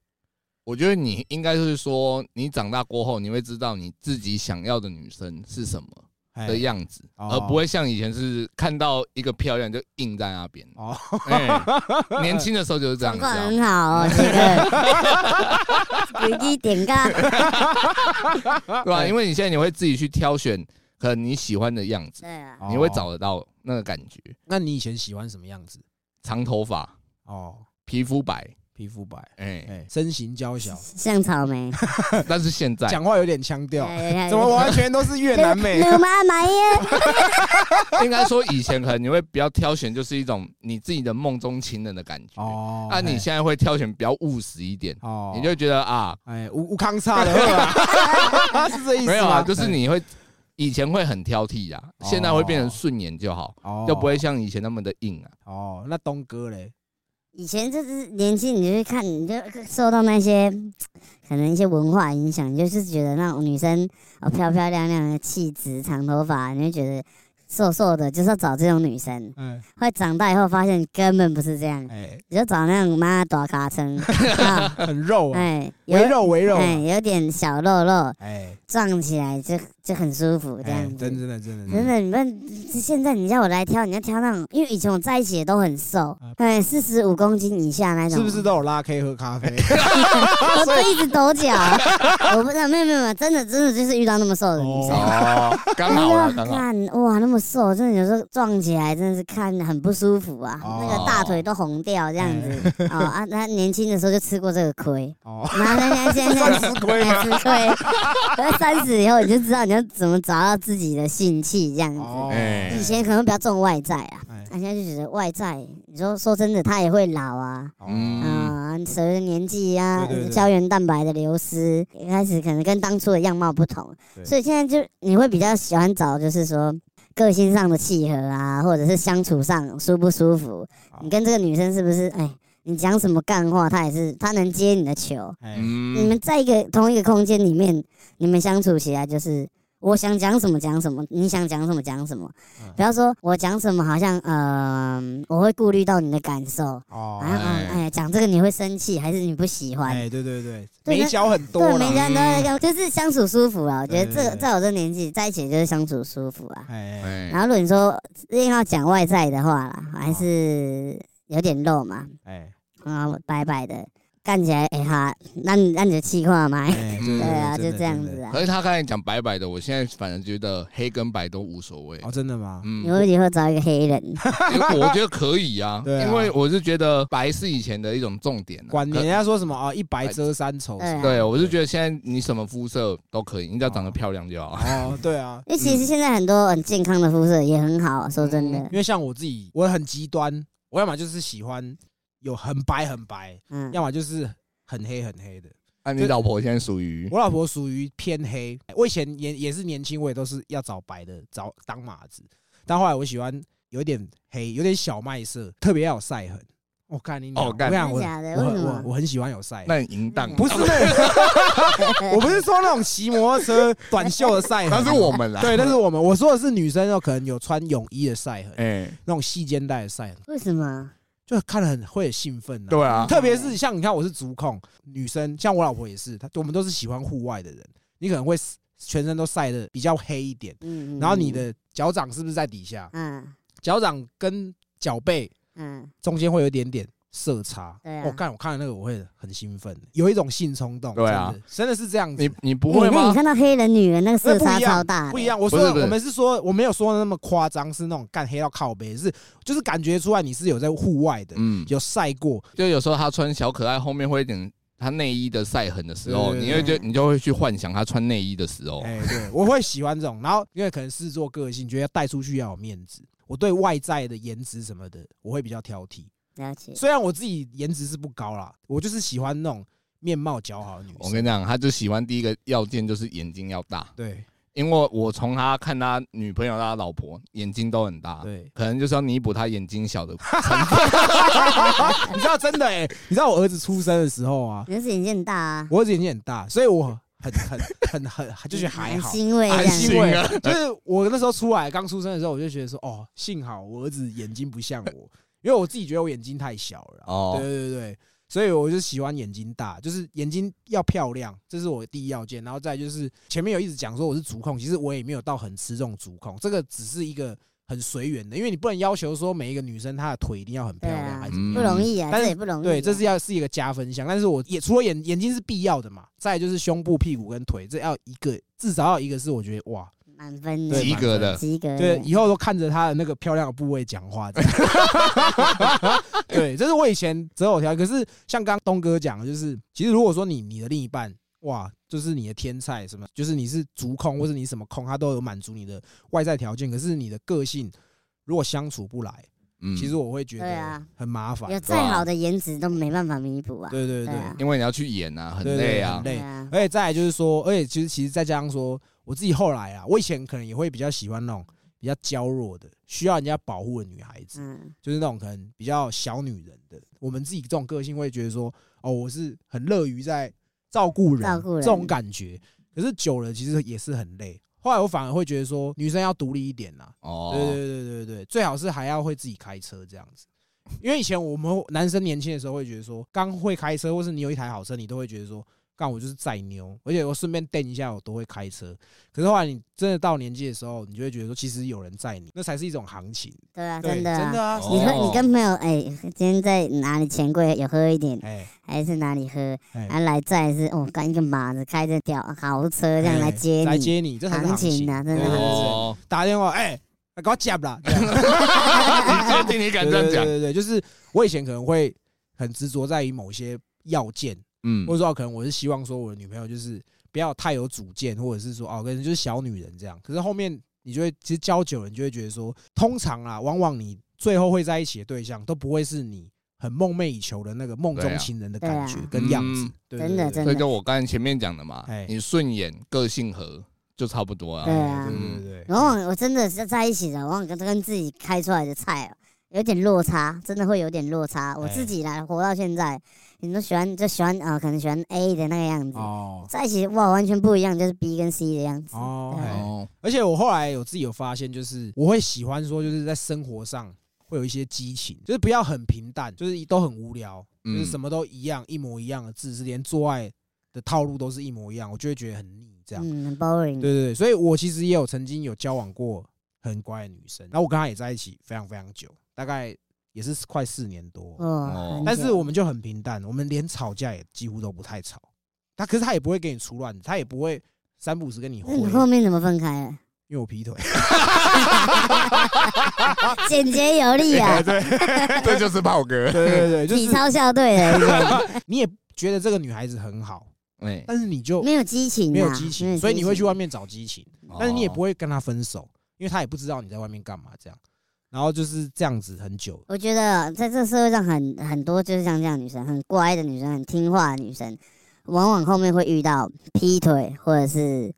Speaker 3: 我觉得你应该是说，你长大过后，你会知道你自己想要的女生是什么
Speaker 1: 哎
Speaker 3: 的样子，
Speaker 1: 哦
Speaker 3: 呃而不会像以前是看到一个漂亮就硬在那边。
Speaker 1: 哦， (laughs)
Speaker 3: 哎年轻的时候就是这样
Speaker 2: 状
Speaker 3: 子
Speaker 2: 况
Speaker 3: 啊、
Speaker 2: 很好哦，杰哥。鬼机点个， (laughs)
Speaker 3: 对吧、
Speaker 1: 对
Speaker 3: 因为你现在你会自己去挑选，可能你喜欢的样子，
Speaker 2: 对啊，
Speaker 1: 哦
Speaker 3: 你会找得到那个感觉。
Speaker 1: 那你以前喜欢什么样子？
Speaker 3: 长头发，
Speaker 1: 哦，
Speaker 3: 皮肤白，
Speaker 1: 皮肤白，
Speaker 3: 哎，
Speaker 1: 哎，身形娇小，
Speaker 2: 像
Speaker 1: (laughs)
Speaker 2: 草莓，哎
Speaker 3: 但是现在
Speaker 1: 哎讲话有点腔调，
Speaker 2: 怎
Speaker 1: 哦怎么完全都是越南
Speaker 2: (laughs)
Speaker 1: 妹？
Speaker 2: 鲁妈买耶，
Speaker 3: 应该说以前可能你会比较挑选，就是一种你自己的梦中情人的感觉。
Speaker 1: 哦
Speaker 3: 那啊你现在会挑选比较务实一点，
Speaker 1: 哦，
Speaker 3: 你就觉得啊，
Speaker 1: 哎吴吴康差的
Speaker 3: (laughs)
Speaker 1: 吧？是这意思吗
Speaker 3: 没有啊，就是你会以前会很挑剔啊，
Speaker 1: 哦
Speaker 3: 现在会变成顺眼就好，
Speaker 1: 哦
Speaker 3: 就不会像以前那么的硬啊。
Speaker 1: 哦。那东哥嘞？
Speaker 2: 以前就是年轻，你就会看，你就受到那些可能一些文化影响，你就是觉得那种女生哦漂漂亮亮的气质、长头发，你会觉得瘦瘦的，就是要找这种女生。
Speaker 1: 嗯
Speaker 2: 后来长大以后发现根本不是这样，
Speaker 1: 哎，
Speaker 2: 你就找那种妈大卡称， (laughs) 啊
Speaker 1: 很肉啊，
Speaker 2: 哎，有
Speaker 1: 围肉围肉啊，
Speaker 2: 哎有点小肉肉，
Speaker 1: 哎
Speaker 2: 撞起来就就很舒服这
Speaker 1: 哎，
Speaker 2: 样
Speaker 1: 真
Speaker 2: 子。
Speaker 1: 真的真的
Speaker 2: 真的，你们现在你叫我来挑，你要挑那种，因为以前我在一起也都很瘦
Speaker 1: 啊，
Speaker 2: 哎，四十五公斤以下那种，
Speaker 1: 是不是都有拉 K 喝咖啡？
Speaker 2: 我都一直抖脚，啊我不知道，没有没有，没有真的真的就是遇到那么瘦的女生，
Speaker 3: 哦， (laughs) 刚好
Speaker 2: 哎
Speaker 3: 啦，
Speaker 2: 呦
Speaker 3: 刚好。
Speaker 2: 看哇那么瘦，真的有时候撞起来真的是看很不舒服啊，
Speaker 1: 哦
Speaker 2: 那个大腿都红掉这样子。哦啊，他年轻的时候就吃过这个亏， (laughs)
Speaker 1: 哦，
Speaker 2: 然后现在现在现在吃亏吃亏，等三十以后你就知道你要怎么找到自己的兴趣这样
Speaker 1: 哦
Speaker 2: 子。
Speaker 3: 哎
Speaker 2: 嗯以前可能比较重外在啊，
Speaker 1: 哎
Speaker 2: 那、现在就觉得外在，你说说真的，他也会老啊。
Speaker 1: 嗯
Speaker 2: 啊，随着年纪啊
Speaker 1: 对对对，
Speaker 2: 胶原蛋白的流失，一开始可能跟当初的样貌不同，
Speaker 1: 对
Speaker 2: 所以现在就你会比较喜欢找，就是说个性上的契合啊，或者是相处上舒不舒服，你跟这个女生是不是哎你讲什么干话，他也是他能接你的球。
Speaker 1: 哎，
Speaker 2: 你
Speaker 3: 嗯
Speaker 2: 们在一个同一个空间里面，你们相处起来就是我想讲什么讲什么，你想讲什么讲什么
Speaker 1: 嗯。
Speaker 2: 不要说我讲什么，好像呃，我会顾虑到你的感受。
Speaker 1: 哦
Speaker 2: 好，像
Speaker 3: 哎
Speaker 2: 哎，讲这个你会生气，还是你不喜欢？
Speaker 1: 哎，对对对，
Speaker 2: 对那
Speaker 1: 美角很多
Speaker 2: 对，
Speaker 1: 啦
Speaker 2: 每个人都在干就是相处舒服啊。我觉得这
Speaker 1: 对
Speaker 2: 个
Speaker 1: 对对
Speaker 2: 在我这年纪在一起就是相处舒服啊。
Speaker 1: 哎，哎
Speaker 3: 哎
Speaker 2: 然后如果你说硬要讲外在的话啦，
Speaker 1: 哦
Speaker 2: 还是有点肉嘛，
Speaker 1: 哎，
Speaker 2: 啊，白白的，干起来哎哈，让你让你的气化嘛，
Speaker 1: (laughs) 哎
Speaker 2: 对啊，就
Speaker 1: 真的
Speaker 2: 这样
Speaker 1: 真的
Speaker 2: 子啊。
Speaker 3: 可是他刚才讲白白的，我现在反而觉得黑跟白都无所谓。
Speaker 1: 哦，真的吗？
Speaker 3: 嗯，
Speaker 2: 你会以后找一个黑人，
Speaker 3: 因为我觉得可以啊，
Speaker 1: 对啊
Speaker 3: 因为我是觉得白是以前的一种重点、啊，
Speaker 1: 管人
Speaker 3: 可
Speaker 1: 家说什么啊，一白遮三丑。
Speaker 2: 对啊
Speaker 3: 对，我是觉得现在你什么肤色都可以，你只要长得
Speaker 1: 哦
Speaker 3: 漂亮就好。
Speaker 1: (laughs) 哦，对啊，
Speaker 2: 因为其实现在很多很健康的肤色也很好，说真的，
Speaker 1: 因为像我自己，我很极端，我要么就是喜欢有很白很白，
Speaker 2: 嗯，
Speaker 1: 要么就是很黑很黑的。
Speaker 3: 啊， (laughs) 你老婆现在属于
Speaker 1: 我老婆属于偏黑，我以前也也是年轻，我也都是要找白的，找当马子。但后来我喜欢有点黑，有点小麦色，特别要有晒痕。我看你娘，
Speaker 3: 哦
Speaker 1: 我
Speaker 3: 干
Speaker 1: 跟你讲，我
Speaker 2: 真的假的
Speaker 1: 我
Speaker 2: 为什
Speaker 1: 很
Speaker 2: 么
Speaker 1: 我我很喜欢有晒痕，
Speaker 3: 那你淫荡， (laughs)
Speaker 1: 不是那个， (laughs) 我不是说那种骑摩托车短袖的晒痕，
Speaker 3: 那是我们啊啦。
Speaker 1: 对，那是我们。我说的是女生哦，可能有穿泳衣的晒痕，
Speaker 3: (laughs) 哎，
Speaker 1: 那种细肩带的晒痕，
Speaker 2: (laughs) 为什么？
Speaker 1: 就看了很会很兴奋的。
Speaker 3: 对啊，
Speaker 1: 特别是像你看，我是足控女生，像我老婆也是，她我们都是喜欢户外的人，你可能会全身都晒的比较黑一点，
Speaker 2: 嗯，
Speaker 1: 然后你，的脚掌是不是在底下？
Speaker 2: 嗯
Speaker 1: 脚掌跟脚背
Speaker 2: 嗯，
Speaker 1: 中间会有一点点色差。哦
Speaker 2: 对啊
Speaker 1: 我看我看了那个我会很兴奋，有一种性冲动。
Speaker 3: 对啊
Speaker 1: 真的，真的是这样子
Speaker 3: 你。你不
Speaker 2: 欸
Speaker 3: 会
Speaker 2: 那你
Speaker 3: 吗？
Speaker 2: 看到黑人女人那
Speaker 1: (laughs)
Speaker 2: 个色
Speaker 1: 那不
Speaker 2: 差
Speaker 1: 一样
Speaker 2: 超大，
Speaker 1: 不一，样，我
Speaker 3: 不
Speaker 1: 说
Speaker 3: 是不是
Speaker 1: 我们是说我没有说的那么夸张，是那种干黑到靠背，是就是感觉出来你是有在户外的，
Speaker 3: 嗯，
Speaker 1: 有晒过，
Speaker 3: 就有时候她穿小可爱，后面会有点她内衣的晒痕的时候，
Speaker 1: 对对
Speaker 3: 你
Speaker 1: 对
Speaker 3: 会觉你就会去幻想她穿内衣的时候。
Speaker 1: 哎，对，我会喜欢这种。然后因为可能是做个性，觉得要带出去要有面子。我对外在的颜值什么的，我会比较挑剔。
Speaker 2: 了解，
Speaker 1: 虽然我自己颜值是不高啦，我就是喜欢那种面貌姣好的女
Speaker 3: 我
Speaker 1: 生。
Speaker 3: 跟你讲，她就喜欢第一个要件就是眼睛要大，
Speaker 1: 对
Speaker 3: 因为我从她看她女朋友、她老婆眼睛都很大，
Speaker 1: 对， (laughs)
Speaker 3: 可能就是要弥补她眼睛小的。
Speaker 1: 你知道真的哎、你知道我儿子出生的时候啊，
Speaker 2: 你的眼睛很大啊，
Speaker 1: 我儿子眼睛很大，所以我很很很很很 (laughs) 就是还
Speaker 2: 很
Speaker 1: 好。
Speaker 2: 欣慰这
Speaker 3: 安
Speaker 2: 样
Speaker 3: 心
Speaker 2: 子，
Speaker 1: 欣慰
Speaker 3: 啊，
Speaker 1: 就是我那时候出来刚出生的时候，我就觉得说，哦，幸好我儿子眼睛不像我，因为我自己觉得我眼睛太小了啊。
Speaker 3: 哦
Speaker 1: 对，对对对，所以我就喜欢眼睛大，就是眼睛要漂亮，这是我第一要件。然后再就是前面有一直讲说我是足控，其实我也没有到很吃重足控，这个只是一个很随缘的，因为你不能要求说每一个女生她的腿一定要很漂
Speaker 2: 对
Speaker 1: 亮
Speaker 2: 啊
Speaker 1: 还是怎么
Speaker 2: 不
Speaker 1: 样。
Speaker 2: 容易啊，
Speaker 1: 嗯但
Speaker 2: 这
Speaker 1: 是
Speaker 2: 也不容易啊，
Speaker 1: 对，这是要是一个加分项，但是我也除了眼眼睛是必要的嘛，再来就是胸部、屁股跟腿，这要一个至少要一个是我觉得哇，
Speaker 2: 满分的
Speaker 1: 对
Speaker 3: 及格的，
Speaker 2: 及格的，啊
Speaker 1: 对，以后都看着他的那个漂亮的部位讲话。这样 (laughs) 对，这是我以前择偶条件。可是像刚刚东哥讲，的，就是其实如果说你你的另一半，哇，就是你的天菜什么，就是你是足控或是你什么控，他都有满足你的外在条件。可是你的个性如果相处不来，
Speaker 3: 嗯
Speaker 1: 其实我会觉
Speaker 2: 对
Speaker 1: 得
Speaker 2: 啊
Speaker 1: 很麻烦
Speaker 2: 有。再好的颜值都没办法弥补啊，
Speaker 1: 对对
Speaker 2: 对
Speaker 1: 对，
Speaker 2: 啊
Speaker 3: 因为你要去演啊，很
Speaker 1: 对对
Speaker 3: 累啊
Speaker 1: 很。累
Speaker 2: 啊，
Speaker 1: 而且再来就是说，而且其实其实再加上说，我自己后来啊，我以前可能也会比较喜欢那种比较娇弱的、需要人家保护的女孩子。
Speaker 2: 嗯，
Speaker 1: 就是那种可能比较小女人的，我们自己这种个性会觉得说，哦，我是很乐于在照顾人，
Speaker 2: 照顾人
Speaker 1: 这种感觉。可是久了其实也是很累。后来我反而会觉得说，女生要独立一点啦，对对
Speaker 3: 哦，
Speaker 1: 对对对对，最好是还要会自己开车这样子。因为以前我们男生年轻的时候会觉得说，刚会开车或是你有一台好车，你都会觉得说，干我就是再牛，而且我顺便电一下我都会开车。可是后来你真的到年纪的时候，你就会觉得说，其实有人载你，那才是一种行情。
Speaker 2: 对啊，
Speaker 1: 对
Speaker 2: 真的
Speaker 1: 真
Speaker 2: 啊。
Speaker 1: 的啊，
Speaker 2: 你
Speaker 3: 说
Speaker 2: 喝，你跟朋友哎、今天在哪里钱柜有喝一点，
Speaker 1: 哎。
Speaker 2: 还是哪里喝？
Speaker 1: 哎，
Speaker 2: 然后来再是哦，干一个马子开着屌豪车这
Speaker 1: 哎
Speaker 2: 样来接
Speaker 1: 来
Speaker 2: 你，
Speaker 1: 接你，这才是
Speaker 2: 行
Speaker 1: 情
Speaker 2: 情啊真的
Speaker 1: 对对对对
Speaker 3: 哦，
Speaker 1: (laughs) 打电话，哎，给我接啦，
Speaker 3: (laughs)
Speaker 1: 这样
Speaker 3: 你确定你敢这样
Speaker 1: 对对
Speaker 3: 讲？
Speaker 1: 对对，就是我以前可能会很执着在于某些要件，
Speaker 3: 嗯
Speaker 1: 或，者说可能我是希望说我的女朋友就是不要太有主见，或者是说哦，可能就是小女人这样。可是后面你就会其实交久了，你就会觉得说，通常啊，往往你最后会在一起的对象都不会是你很梦寐以求的那个梦
Speaker 3: 对啊
Speaker 1: 中情人的
Speaker 2: 对
Speaker 1: 感
Speaker 2: 啊
Speaker 1: 觉跟样子
Speaker 3: 嗯，
Speaker 1: 对
Speaker 2: 真的真
Speaker 3: 所以就我刚才前面讲的嘛
Speaker 1: 哎，
Speaker 3: 你顺眼、个性合就差不多
Speaker 1: 的
Speaker 3: 啊
Speaker 2: 对。啊
Speaker 1: 对对对，
Speaker 2: 往往我真的是在一起的，往往跟跟自己开出来的菜哦，有点落差，真的会有点落差。我
Speaker 1: 哎
Speaker 2: 自己啦，活到现在，你都喜欢就喜欢啊、呃可能喜欢 A 的那个样子，
Speaker 1: 哦
Speaker 2: 在一起哇，完全不一样，就是 B 跟 C 的样子。
Speaker 1: 哦，
Speaker 2: 对
Speaker 1: 哎
Speaker 3: 哦，
Speaker 1: 而且我后来有自己有发现，就是我会喜欢说，就是在生活上会有一些激情，就是不要很平淡，就是都很无聊，就是什
Speaker 3: 么？
Speaker 1: 么都一样，一模一样的字，是连做爱的套路都是一模一样，我就会觉得很腻这样。
Speaker 2: 嗯，很 boring。
Speaker 1: 对对对，所以我其实也有曾经有交往过很乖的女生，然后我跟她也在一起非常非常久，大概也是快四年多，
Speaker 3: 哦，
Speaker 2: 哦，很
Speaker 1: 但是
Speaker 2: 久
Speaker 1: 我们就很平淡，我们连吵架也几乎都不太吵。她可是她也不会给你出乱子，她也不会三不五时跟你
Speaker 2: 那
Speaker 1: 回，
Speaker 2: 你后面怎么分开了？
Speaker 1: 因为我劈腿。
Speaker 2: 简洁有力啊
Speaker 1: (laughs)
Speaker 3: 对，这就是炮哥。
Speaker 1: 对对对，就
Speaker 2: 体
Speaker 1: 是
Speaker 2: 操校队的一个，
Speaker 1: 你也觉得这个女孩子很好，
Speaker 3: (laughs) 哎，
Speaker 1: 但是你 (laughs) 就
Speaker 2: 没有激情啊，
Speaker 1: 没有激情，所以你会去外
Speaker 2: 面。
Speaker 1: 面找激情，
Speaker 3: 哦
Speaker 1: 但是你也不
Speaker 3: 会。
Speaker 1: 会跟她分手，因为她也不知道你在外面干嘛这样。然后就是这样子很久，
Speaker 2: 我觉得在这个社会上很很多就是像这样的女生，很乖的女生，很听话的女生，往往后面会遇到劈腿，或者是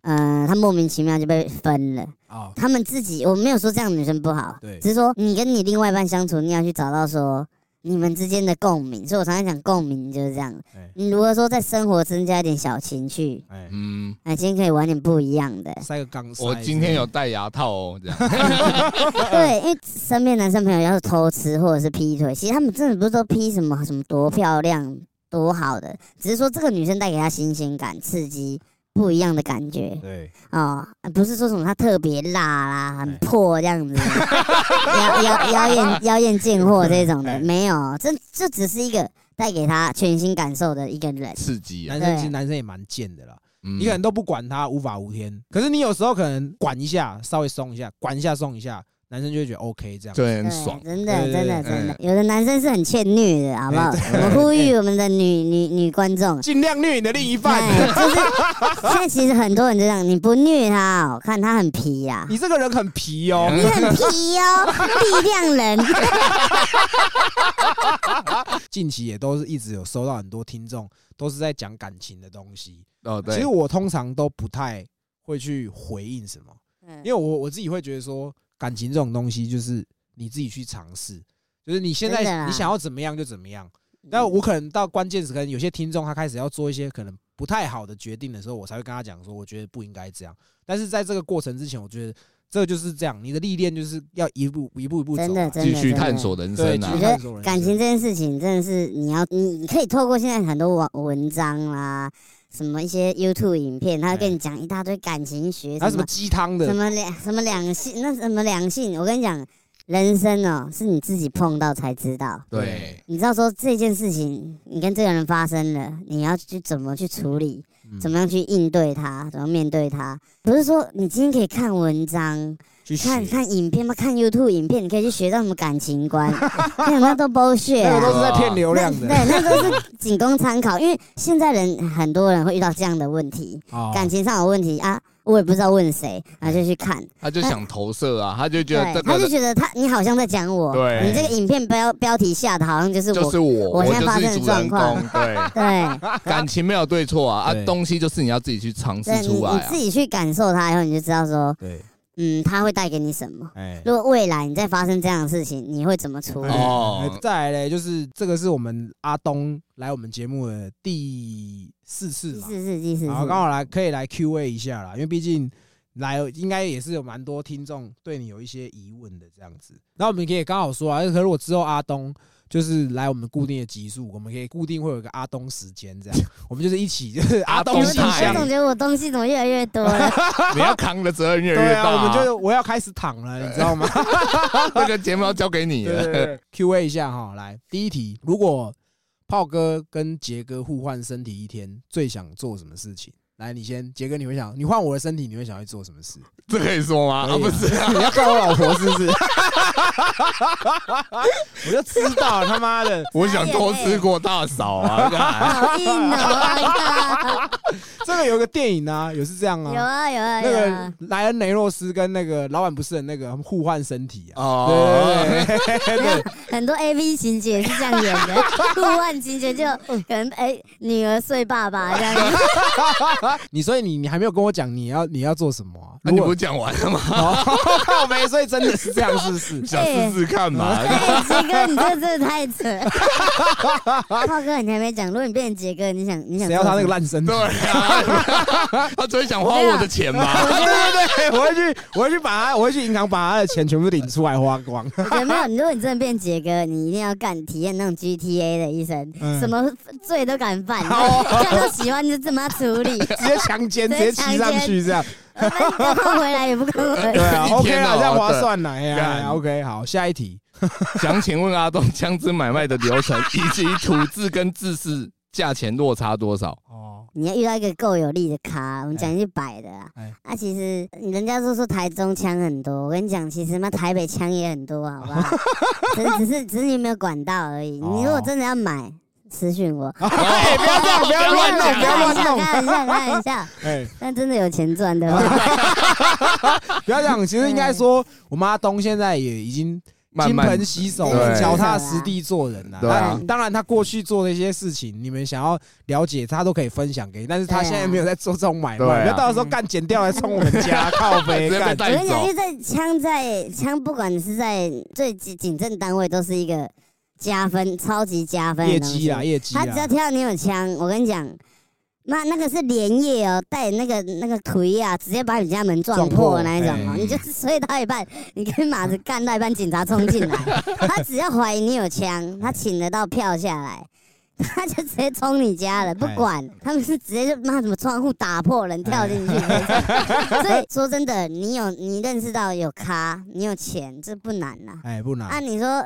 Speaker 2: 呃，她莫名其妙就被分了。
Speaker 3: 哦
Speaker 1: 啊，
Speaker 2: 她们自己，我没有说这样的女生不好，
Speaker 1: 对
Speaker 2: 只是说你跟你另外一半相处，你要去找到说你们之间的共鸣。所以我常常讲共鸣就是这样，
Speaker 1: 哎
Speaker 2: 你如何说在生活增加一点小情趣，
Speaker 1: 哎，。
Speaker 3: 嗯，
Speaker 2: 哎，今天可以玩点不一样的
Speaker 1: 塞个钢塞。
Speaker 3: 我今天有戴牙套哦，这样。
Speaker 1: (laughs)
Speaker 2: 对，因为身边男生朋友要是偷吃或者是劈腿，其实他们真的不是说劈什么什么多漂亮多好的，只是说这个女生带给他新鲜感、刺激。不一样的感觉
Speaker 1: 对，
Speaker 2: 哦，不是说什么她特别辣啦、
Speaker 1: 哎
Speaker 2: 很破这样子，妖妖妖艳妖艳贱货这种
Speaker 1: 哎
Speaker 2: 的，没有，这这只是一个带给他全新感受的一个人。
Speaker 3: 刺激啊！
Speaker 1: 男生其实男生也蛮贱的啦，
Speaker 3: 你
Speaker 1: 你可能都不管他，无法无天。可是你有时候可能管一下，稍微松一下，管一下松一下，男生就会觉得 OK 这样。
Speaker 3: 对
Speaker 2: 对，
Speaker 3: 很爽，
Speaker 2: 真
Speaker 1: 对
Speaker 2: 的
Speaker 1: 对
Speaker 2: 真的
Speaker 1: 对嗯
Speaker 2: 真的
Speaker 3: 哎，
Speaker 2: 有的男生是很欠虐的，好不好？
Speaker 1: 哎
Speaker 2: 我们呼吁我们的女女女观众，
Speaker 1: (laughs) 尽量虐你的另一
Speaker 2: 哎，
Speaker 1: 半。
Speaker 2: 就是现在其实很多人就这样，你不虐他哦，看他很皮呀、
Speaker 1: 你这个人很皮哦，
Speaker 2: 你很皮哦，力量人， (laughs)
Speaker 1: 近期也都是一直有收到很多听众都是在讲感情的东西。
Speaker 3: 哦，
Speaker 1: 其
Speaker 3: 对
Speaker 1: 实，我通常都不太会去回应什么，
Speaker 2: 嗯
Speaker 1: 因为我我自己会觉得说，感情这种东西就是你自己去尝试，就是你现
Speaker 2: 真的
Speaker 1: 在
Speaker 2: 啦嗯
Speaker 1: 你想要怎么样就怎么样。但我可能到关键时刻，有些听众他开始要做一些可能不太好的决定的时候，我才会跟他讲说，我觉得不应该这样。但是在这个过程之前，我觉得这就是这样，你的历练就是要一步一步一步走
Speaker 2: 真
Speaker 1: 来
Speaker 2: 的，
Speaker 3: 继
Speaker 2: 真的
Speaker 3: 续
Speaker 2: 真的
Speaker 3: 探索人
Speaker 1: 对，
Speaker 3: 生
Speaker 1: 继
Speaker 3: 啊
Speaker 1: 续！
Speaker 2: 觉
Speaker 1: 探
Speaker 2: 得
Speaker 1: 索人生
Speaker 2: 感情这件事情真的是你要你你可以透过现在很多网文章啦，什么一些 YouTube 影片，他会跟你讲一大堆感情学，
Speaker 1: 还有
Speaker 2: 什
Speaker 1: 什
Speaker 2: 么
Speaker 1: 么鸡汤
Speaker 2: 哎什
Speaker 1: 的，
Speaker 2: 么两什么两性，那什么两性，我跟你讲，人生哦、是你自己碰到才知道。
Speaker 3: 对，
Speaker 2: 你知道说这件事情，你跟这个人发生了，你要去怎么去处理，
Speaker 1: 嗯
Speaker 2: 怎么样去应对他，怎么面对他，不是说你今天可以看文章、
Speaker 1: 去
Speaker 2: 看
Speaker 1: 学。
Speaker 2: 看影片嘛，看 YouTube 影片，你可以去学到什么感
Speaker 1: (laughs)
Speaker 2: 情观，那那都 bullshit
Speaker 1: 那个都
Speaker 2: 啊。
Speaker 1: 是在骗流量
Speaker 2: 对，
Speaker 1: 的，
Speaker 2: 那都是仅供参考，因为现在人很多人会遇到这样的问题，
Speaker 1: 哦
Speaker 2: 感情上有问题啊，我也不知道问谁，然后就去看，
Speaker 3: 他就想投射啊，他就觉得
Speaker 2: 对，
Speaker 3: 这
Speaker 2: 他就
Speaker 3: 个
Speaker 2: 觉得他你好像在讲我，
Speaker 3: 对
Speaker 2: 你这个影片标标题下的好像就是
Speaker 3: 就
Speaker 2: 我
Speaker 3: 是我，
Speaker 2: 我
Speaker 3: 我
Speaker 2: 现在
Speaker 3: 就
Speaker 2: 发生的
Speaker 3: 是主
Speaker 2: 状
Speaker 3: 人
Speaker 2: 况 (laughs)
Speaker 3: 公，对，
Speaker 2: 对，
Speaker 3: 感情没有对错啊，
Speaker 1: 对
Speaker 3: 啊，东西就是你要自己去尝试
Speaker 2: 对你
Speaker 3: 出
Speaker 2: 你
Speaker 3: 来啊
Speaker 2: 自，己去感受它以后，你就知道说，
Speaker 1: 对，
Speaker 2: 嗯，它会带给你什么。
Speaker 1: 哎，
Speaker 2: 如果未来你再发生这样的事情，你会怎么处理？
Speaker 3: 哦
Speaker 1: 哎再来嘞，就是这个是我们阿东来我们节目的第四次
Speaker 2: 第
Speaker 1: 嘛，
Speaker 2: 四次，第四次，
Speaker 1: 然后刚好来可以来 Q A 一下啦，因为毕竟来应该也是有蛮多听众对你有一些疑问的这样子，那我们可以刚好说啊，可是我之后阿东。就是来我们固定的集数，我们可以固定会有一个阿东时间这样，我们就是一起就是阿东
Speaker 3: 东
Speaker 1: 信
Speaker 3: 太
Speaker 2: 哎我
Speaker 1: 箱
Speaker 2: 总，觉得我东西怎么越来越多了？
Speaker 3: 你要扛的责任越来
Speaker 1: 对
Speaker 3: 越
Speaker 1: 啊，我们
Speaker 3: 大，
Speaker 1: 就我要开始躺了，你知道吗？
Speaker 3: 这个节目要交给你
Speaker 1: 对对
Speaker 3: 了，
Speaker 1: 对 (laughs) Q A 一下哈，来第一题，如果炮哥跟杰哥互换身体一天，最想做什么事情？来，你先，杰哥，你会想，你换我的身体，你会想要去做什么事？
Speaker 3: 这可以说吗？
Speaker 1: 可以
Speaker 3: 啊，不是，
Speaker 1: (laughs) 你要干我老婆是不是？ (laughs) 我就知道他妈的，
Speaker 3: (laughs) 我想多吃过大嫂啊，
Speaker 1: (laughs)
Speaker 2: 好硬哦！
Speaker 1: 这个有一个电影啊，也是这样
Speaker 2: 有
Speaker 1: 啊。
Speaker 2: 啊有啊
Speaker 1: 那
Speaker 2: 有
Speaker 1: 个
Speaker 2: 啊，
Speaker 1: 莱恩雷诺斯跟那个老板不是很那个他们互换身体 (laughs) 啊。
Speaker 3: 哦，
Speaker 1: 对对对对对，
Speaker 2: 很多 A V 情节是这样演
Speaker 1: (laughs)
Speaker 2: 的，互换情节就可能哎、女儿睡爸爸这样子，
Speaker 1: (laughs) 你所以你你还没有跟我讲你要你要做什么啊？
Speaker 3: 那
Speaker 1: 如
Speaker 3: 你
Speaker 1: 果 (laughs)
Speaker 3: 不讲完了吗？
Speaker 1: 哦， (laughs) 靠没，所以真的是这样，是不是？
Speaker 3: 想试试看嘛？ (laughs)
Speaker 2: 哎、杰哥你这真的太扯 (laughs) 了，浩哥你还没讲，如果你变成杰哥，你想你想
Speaker 1: 谁要他那个
Speaker 2: 做
Speaker 1: 烂身体
Speaker 3: 对？啊， (laughs) 他只会想花我的钱嘛？
Speaker 1: (laughs) 对对对，我会去，我会去把他，我会去银行把他的钱全部领出来花光。
Speaker 2: 什么有没有？如果你真的变杰哥，你一定要干体验那种 GTA 的一生，
Speaker 1: 嗯
Speaker 2: 什么罪都敢
Speaker 1: (laughs)
Speaker 2: 犯，看到喜欢就这么处理，
Speaker 1: 直接强奸，直
Speaker 2: 直
Speaker 1: 接
Speaker 2: 接
Speaker 1: 骑上去这样，
Speaker 2: 不看回来也不看
Speaker 1: (laughs)
Speaker 2: 回
Speaker 1: 对
Speaker 2: 来。
Speaker 1: 啊
Speaker 3: (laughs) 一
Speaker 1: ，OK
Speaker 3: 天
Speaker 1: 啦，
Speaker 3: 哦
Speaker 1: 这样划算啦，哎呀
Speaker 3: 对
Speaker 1: 哎呀，OK，好，下一题，
Speaker 3: 想请问阿东，枪支买卖的流
Speaker 1: (laughs)
Speaker 3: 程以及土质跟制式价钱落差多少？
Speaker 1: 哦，
Speaker 2: 你要遇到一个够有力的咖，我们讲一句摆的啊
Speaker 1: 哎。
Speaker 2: 啊，其实人家都说台中枪很多，我跟你讲，其实嘛台北枪也很多，好
Speaker 1: (laughs)
Speaker 2: 不好？只是只是只是你有没有管到而已。你
Speaker 1: 哦
Speaker 2: 如果真的要买，私讯
Speaker 1: (laughs)
Speaker 2: 我。
Speaker 1: (laughs) 哎，不要这样，不要乱弄，
Speaker 3: (laughs)
Speaker 1: 不要
Speaker 2: 开玩
Speaker 1: 乱
Speaker 2: 笑，
Speaker 1: 弄，
Speaker 2: 开玩笑，开玩笑。
Speaker 1: 哎，
Speaker 2: 但真的有钱赚的话，
Speaker 1: 不要这样，其实应该说，我妈东现在也已经。
Speaker 3: 慢
Speaker 1: 金
Speaker 3: 慢
Speaker 1: 盆洗手，
Speaker 3: 对
Speaker 1: 脚踏实地做人呐、
Speaker 3: 对啊
Speaker 1: 但当然，她过去做的一些事情，你们想要了解，她都可以分享给你。但是她
Speaker 2: 对啊
Speaker 1: 现在没有在做这种买
Speaker 3: 对啊
Speaker 1: 卖，不要到时候干剪掉来冲我们家，靠
Speaker 3: (laughs) 直
Speaker 1: 背
Speaker 3: 接被
Speaker 1: 干。
Speaker 2: 我跟
Speaker 3: 带
Speaker 2: 你讲，因
Speaker 3: 走
Speaker 2: 为。在枪在枪，不管是在最警警政单位，都是一个加分、超级加分的
Speaker 1: 业
Speaker 2: 东
Speaker 1: 绩啊
Speaker 2: 西
Speaker 1: 啦，。业绩
Speaker 2: 他只要
Speaker 1: 啦，
Speaker 2: 听到你有枪，我跟你讲，那那个是连夜哦，带那个那个腿啊，直接把你家门撞破的那一种
Speaker 1: 撞
Speaker 2: 哦
Speaker 1: 破。哎
Speaker 2: 你就是睡到一半，你跟马子干到一半，警察冲
Speaker 1: (laughs)
Speaker 2: 进来，他只要怀疑你有枪，他请得到票下来。他就直接冲你家了，不管他们是直接就妈什么窗户打破人跳进去。
Speaker 1: 哎
Speaker 2: (laughs) 所以说真的，你有你认识到有咖，你有钱，这不难呐。
Speaker 1: 哎，不
Speaker 2: 按
Speaker 1: 难。
Speaker 2: 你说，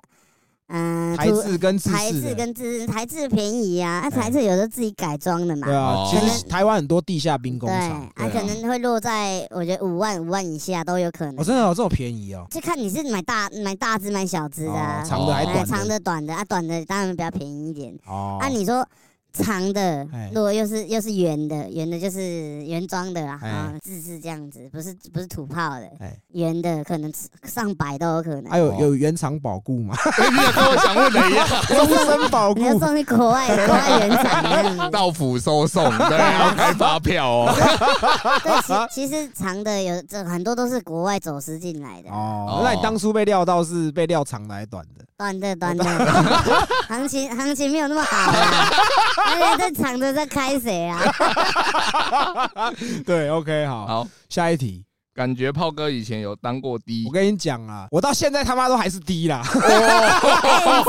Speaker 2: 嗯，
Speaker 1: 台
Speaker 2: 土
Speaker 1: 制跟自
Speaker 2: 台
Speaker 1: 式
Speaker 2: 制
Speaker 1: 的，
Speaker 2: 跟自制，台制便宜啊，那、
Speaker 1: 哎
Speaker 2: 台制有的自己改装的嘛，
Speaker 1: 对啊
Speaker 3: 哦，
Speaker 1: 其
Speaker 2: 可
Speaker 1: 实
Speaker 2: 能
Speaker 1: 台湾很多地下兵工厂
Speaker 2: 啊，，可能会落在我觉得五万五万以下都有可能，
Speaker 1: 我真的有这么便宜哦，
Speaker 2: 就看你是买大买大只买小只的、啊
Speaker 1: 哦长的还
Speaker 2: 哎
Speaker 1: 短
Speaker 2: 长
Speaker 1: 的
Speaker 2: 的短的啊，短的当然比较便宜一点。
Speaker 1: 哦
Speaker 2: 按啊，你说长的
Speaker 1: 哎，
Speaker 2: 如果又是又是圆的，圆的就是原装的啦，
Speaker 1: 哎
Speaker 2: 啊，自制这样子，不是不是土炮的
Speaker 1: 哎，
Speaker 2: 圆的可能上百都有可能。
Speaker 1: 还有
Speaker 3: 哦
Speaker 1: 有原厂保固嘛，
Speaker 3: 你也跟我想问的一样，
Speaker 1: (laughs) 终身保
Speaker 2: 你要
Speaker 1: 固。
Speaker 2: 送去国
Speaker 1: (laughs)
Speaker 2: 外国外原厂这样子。
Speaker 3: (laughs) 到府收送，对，
Speaker 1: 哎
Speaker 3: 要开发票哦。
Speaker 2: 对，其其实长的有这很多都是国外走私进来的，
Speaker 1: 哦，那你当初被料到是被料长的还是短的？ (laughs)
Speaker 2: 短的短的，行情行情没有那么好啦。而且这长的在开谁啊？
Speaker 1: 对，OK，好，
Speaker 3: 好，
Speaker 1: 下一题。
Speaker 3: 感觉炮哥以前有当过第一
Speaker 1: 我，跟你讲啊，我到现在他妈都还是低啦，
Speaker 2: 干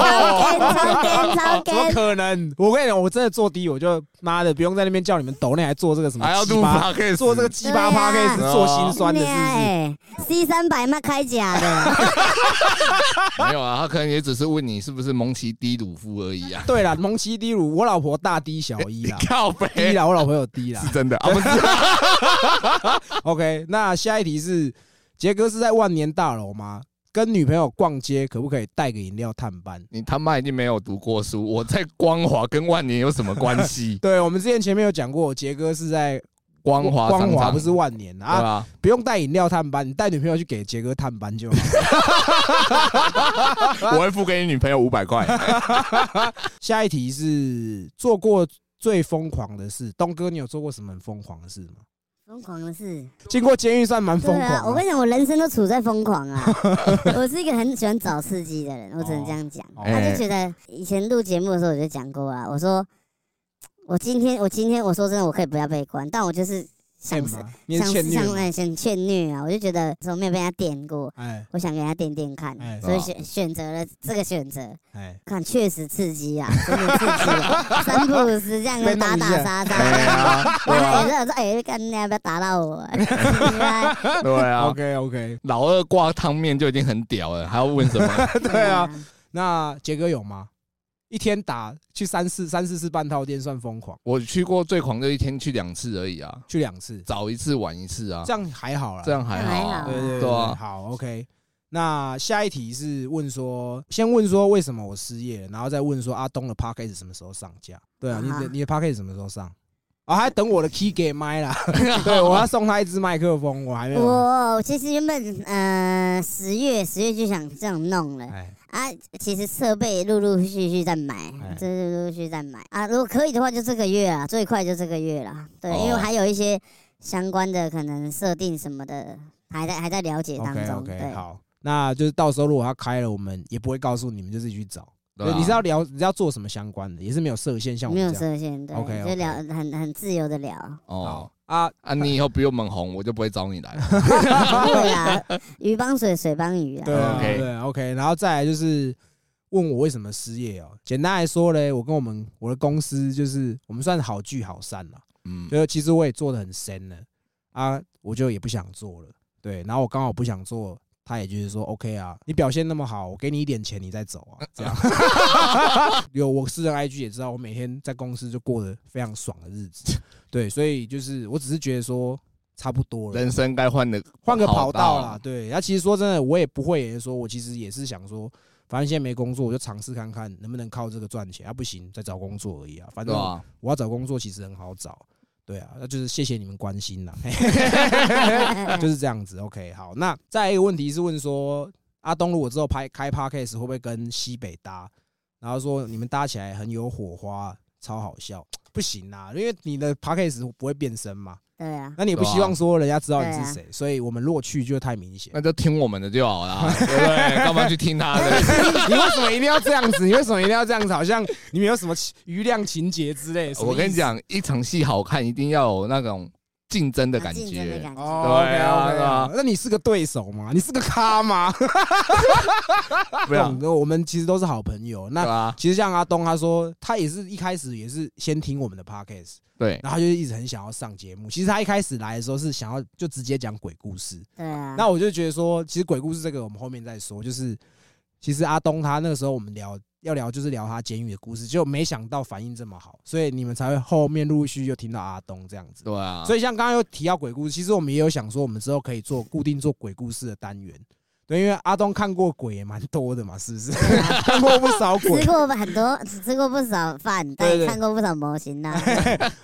Speaker 2: 超干超
Speaker 1: 怎么
Speaker 2: 干！
Speaker 1: 可能？我跟你讲，我真的做低，我就妈的不用在那边叫你们抖内，还做这个什么
Speaker 3: 还要
Speaker 1: 鸡
Speaker 3: 录
Speaker 1: 巴，
Speaker 3: 法可以
Speaker 1: (laughs) 做这个鸡巴趴可以是做心酸的，是不是？
Speaker 3: 啊
Speaker 2: 哎，C 三百嘛开假的，
Speaker 3: (laughs) 没有啊？他可能也只是问你是不是蒙奇低鲁夫而
Speaker 1: (laughs)
Speaker 3: 已啊。
Speaker 1: (laughs) 对啦，蒙奇低乳，我老婆大低小一
Speaker 3: (laughs)
Speaker 1: 啦，
Speaker 3: 靠
Speaker 1: 低
Speaker 3: 北
Speaker 1: 啦，我老婆有低啦
Speaker 3: (laughs) 是。真的啊，不是
Speaker 1: OK，那下一题是，杰哥是在万年大楼吗？跟女朋友逛街可不可以带个饮料探班？
Speaker 3: 你他妈已经没有读过书，我在光华跟万年有什么关
Speaker 1: (laughs)
Speaker 3: 系？
Speaker 1: 对，我们之前前面有讲过，杰哥是在
Speaker 3: 光华
Speaker 1: 光
Speaker 3: 商
Speaker 1: 华
Speaker 3: 场
Speaker 1: 不是万年
Speaker 3: 对
Speaker 1: 啊，
Speaker 3: 吧？
Speaker 1: 不用带饮料探班，你带女朋友去给杰哥探班
Speaker 3: (laughs)
Speaker 1: 就好。
Speaker 3: 我会付给你女朋友五百块。
Speaker 1: 下一题是做过最疯狂的事，东哥，你有做过什么很疯狂的事吗？
Speaker 2: 疯狂的事。
Speaker 1: 经过监狱算蛮疯
Speaker 2: 对
Speaker 1: 狂
Speaker 2: 啊，我
Speaker 1: 的
Speaker 2: 跟你讲，我人生都处在疯狂啊！我是一个很喜欢找刺激的人，我只能这样讲。
Speaker 3: 哎
Speaker 1: 哦
Speaker 2: 他就觉得以前录节目的时候我就讲过啊，我说我今天我今天我说真的我可以不要被关，但我就是
Speaker 1: 欠
Speaker 2: 想死
Speaker 1: 吗？你
Speaker 2: 想
Speaker 1: 是欠
Speaker 2: 死
Speaker 1: 虐
Speaker 2: 想
Speaker 1: 吗？
Speaker 2: 哎想欠虐啊，我就觉得说没有被他电过，
Speaker 1: 哎
Speaker 2: 我想给他电电看
Speaker 1: 哎，
Speaker 2: 所以
Speaker 3: 哦
Speaker 2: 选选择了这个选择，
Speaker 1: 哎，
Speaker 2: 看确实刺激啊，真的刺激啊，三不五时这样
Speaker 1: 被
Speaker 2: 子打
Speaker 1: 弄一
Speaker 2: 打
Speaker 1: 下
Speaker 2: 杀
Speaker 3: 对
Speaker 2: 杀。 (laughs)
Speaker 3: 啊，
Speaker 2: 我
Speaker 3: 对啊，
Speaker 2: 也是，我说哎，干你要不要打到我？啊 (laughs)
Speaker 3: 对啊。
Speaker 1: OK OK，
Speaker 3: 老二挂汤面就已经很屌了，还要问什
Speaker 1: (laughs)
Speaker 3: 么？(laughs)
Speaker 2: 哎
Speaker 1: 对啊。，那杰哥有吗？一天打去三四三四次半套店算疯狂，
Speaker 3: 我去过最狂就一天去两次而已啊，
Speaker 1: 去两次，
Speaker 3: 早一次晚一次啊，
Speaker 1: 这样还好啦。
Speaker 3: 这样还好啊
Speaker 2: 还好
Speaker 1: 对
Speaker 2: 啊
Speaker 1: 对
Speaker 3: 对啊
Speaker 1: 好 OK。那下一题是问说，先问说为什么我失业，然后再问说阿东的 p a c k a g e 什么时候上架？对啊，你
Speaker 2: 啊
Speaker 1: 的你的 p a c k a g e 什么时候上？啊，还等我的 key 给麦啦。 (laughs) 对，我要送他一支麦克风，我还没有。
Speaker 2: 我其实原本呃十月十月就想这样弄了
Speaker 1: 哎，
Speaker 2: 啊，其实设备陆陆续续在买
Speaker 1: 哎，
Speaker 2: 这陆陆续续在买啊。如果可以的话，就这个月啊，最快就这个月啦。对，
Speaker 3: 哦
Speaker 2: 因为还有一些相关的可能设定什么的，还在还在了解当
Speaker 1: OK
Speaker 2: 中。
Speaker 1: OK，
Speaker 2: 对，
Speaker 1: 好，那就是到时候如果他开了，我们也不会告诉你们，就自己去找。
Speaker 3: (laughs) 对啊
Speaker 1: 你是要聊，你是要做什么相关的，也是没有设限，像我
Speaker 2: 没有
Speaker 1: 们这样。
Speaker 2: 设限，对
Speaker 1: OK，OK
Speaker 2: 就聊很很自由的
Speaker 1: (laughs)
Speaker 2: 聊。
Speaker 3: 哦
Speaker 1: 好啊，
Speaker 3: 啊，你以后不用猛红，我就不会找你来了。
Speaker 2: 对啦，鱼帮水，水帮鱼
Speaker 1: 对 (laughs)
Speaker 2: 啦。
Speaker 1: 啊
Speaker 3: 哦 OK
Speaker 1: 对 OK，然后再来就是问我为什么失业哦。简单来说嘞，我跟我们我的公司就是我们算好聚好散了，
Speaker 3: 嗯，
Speaker 1: 就是其实我也做的很深了啊，我就也不想做了。对，然后我刚好不想做，他也就是说 OK 啊，你表现那么好，我给你一点钱，你再走啊，这
Speaker 3: (laughs)
Speaker 1: 样。 (laughs) 有我私人 IG 也知道，我每天在公司就过得非常爽的日子。对，所以就是我只是觉得说差不多了，
Speaker 3: 人生该换的
Speaker 1: 换个跑道啦
Speaker 3: 啦。。
Speaker 1: 对，啊那、其实说真的，我也不会，也是说我其实也是想说，反正现在没工作，我就尝试看看能不能靠这个赚钱。啊，不行，再找工作而已啊。反
Speaker 3: 对
Speaker 1: 正
Speaker 3: 吧？
Speaker 1: 我要找工作其实很好找。对啊，那就是谢谢你们关
Speaker 2: (laughs)
Speaker 1: 心啦， (laughs) 就是这样子。OK，好，那再来一个问题是问说，阿东如果之后拍开 podcast 会不会跟西北搭？然后说你们搭起来很有火花，超好笑。不行啦，因为你的 podcast 不会变身嘛，
Speaker 2: 对啊，
Speaker 1: 那你也不希望说人家知道你
Speaker 2: 对啊
Speaker 1: 是谁，所以我们落去就太明显。
Speaker 3: 那就听我们的就
Speaker 1: (laughs)
Speaker 3: 好啦，对不对？干嘛去听他的？
Speaker 1: 你为什么一定要这样子？你为什么一定要这样子？好像你们有什么情余量情节之类？什么意思
Speaker 3: 我跟你，讲，一场戏好看，一定要有那种竞争
Speaker 1: 啊
Speaker 3: 的感
Speaker 2: 竞争的
Speaker 3: 觉。
Speaker 2: 感觉。
Speaker 1: 哦，
Speaker 3: 对啊对啊
Speaker 1: 那你是个对手吗？你是个咖吗？
Speaker 3: 不要
Speaker 1: 懂得呃我们其实都是好朋友。
Speaker 3: 啊对啊
Speaker 1: 那
Speaker 3: 吧？
Speaker 1: 其实像阿东，他说他也是一开始也是先听我们的 podcast，
Speaker 3: 对，啊
Speaker 1: 然后他就一直很想要上节目。其实他一开始来的时候是想要就直接讲鬼故事，
Speaker 2: 对
Speaker 3: 嗯
Speaker 2: 啊，
Speaker 1: 那我就觉得说，其实鬼故事这个我们后面再说。就是其实阿东他那个时候我们聊要聊就是聊他监狱的故事，就没想到反应这么好，所以你们才会后面陆陆续续就听到阿东这样子。
Speaker 3: 对啊。
Speaker 1: 所以像刚刚有提到鬼故事，其实我们也有想说，我们之后可以做固定做鬼故事的单元。对，因为阿东看过鬼也蛮多的嘛，是不
Speaker 3: (laughs)
Speaker 1: 是？看过不少鬼
Speaker 2: 吃，过很多，吃过不少饭，但
Speaker 1: 对对
Speaker 2: 也看过不少模型呐。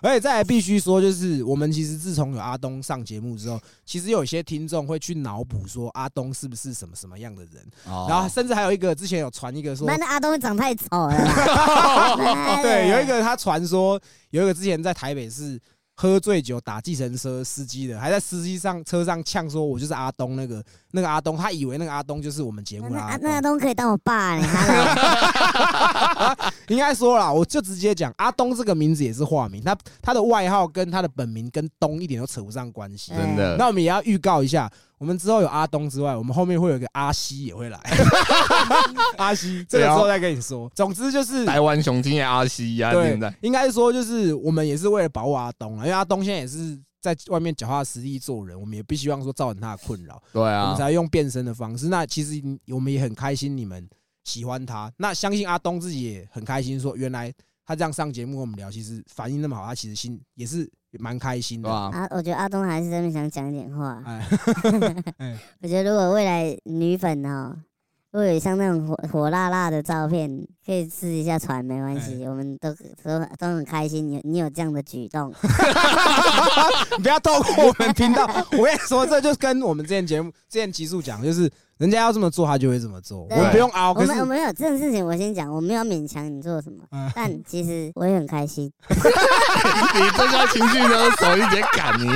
Speaker 1: 而且再来必须说，就是我们其实自从有阿东上节目之后，其实有些听众会去脑补说阿东是不是什么什么样的人，
Speaker 3: 哦
Speaker 1: 然后甚至还有一个之前有传一个 (laughs) 说
Speaker 2: 妈，那阿东长太丑了啦。妈的
Speaker 1: (laughs) 哦对，有一个他传说，有一个之前在台北市喝醉酒打计程车司机的，还在司机上车上呛说：“我就是阿东那个那个阿东。”他以为那个阿东就是我们节目的
Speaker 2: 那
Speaker 1: 阿
Speaker 2: 阿
Speaker 1: 东
Speaker 2: 那。阿东可以当我爸呢。
Speaker 1: (laughs)
Speaker 2: 哈喽
Speaker 1: 应该说啦，我就直接讲，阿东这个名字也是化名，他他的外号跟他的本名跟东一点都扯不上关系。
Speaker 3: 真的
Speaker 1: 那我们也要预告一下，我们之后有阿东之外，我们后面会有一个阿西也会
Speaker 2: (laughs)
Speaker 1: 来。阿西，这个之后再跟你说。总之就是
Speaker 3: 台湾雄精的阿西啊，
Speaker 1: 对
Speaker 3: 现在，
Speaker 1: 应该说就是我们也是为了保护阿东啊，因为阿东现在也是在外面脚踏实地做人，我们也不希望说造成他的困扰，
Speaker 3: 对
Speaker 1: 我们
Speaker 3: 啊，
Speaker 1: 才用变身的方式。那其实你我们也很开心你们喜欢他，那相信阿东自己也很开心，说原来他这样上节目跟我们聊，其实反应那么好，他其实心也是蛮开心
Speaker 3: 对
Speaker 1: 的。
Speaker 3: 吧？
Speaker 2: 啊，我觉得阿东还是真的想讲一点话。
Speaker 1: 哎，
Speaker 2: 我觉得如果未来女粉哦，如果有像那种火火辣辣的照片，可以试一下传，没关
Speaker 1: 哎
Speaker 2: 系，我们都都都很开心。你有你有这样的举动，
Speaker 1: 不要透过我们频道，我跟你说，这就跟我们之前节目之前集数讲，就是人家要这么做，他就会这么做，我
Speaker 2: 对
Speaker 1: 们不用熬，
Speaker 2: 我
Speaker 1: 可
Speaker 2: 们我
Speaker 1: 是。嗯
Speaker 2: 们有这种事情，我先讲，我没有勉强你做什么，但其实我也很开心。 (laughs)
Speaker 3: 你这叫情绪勒索，一点赶你。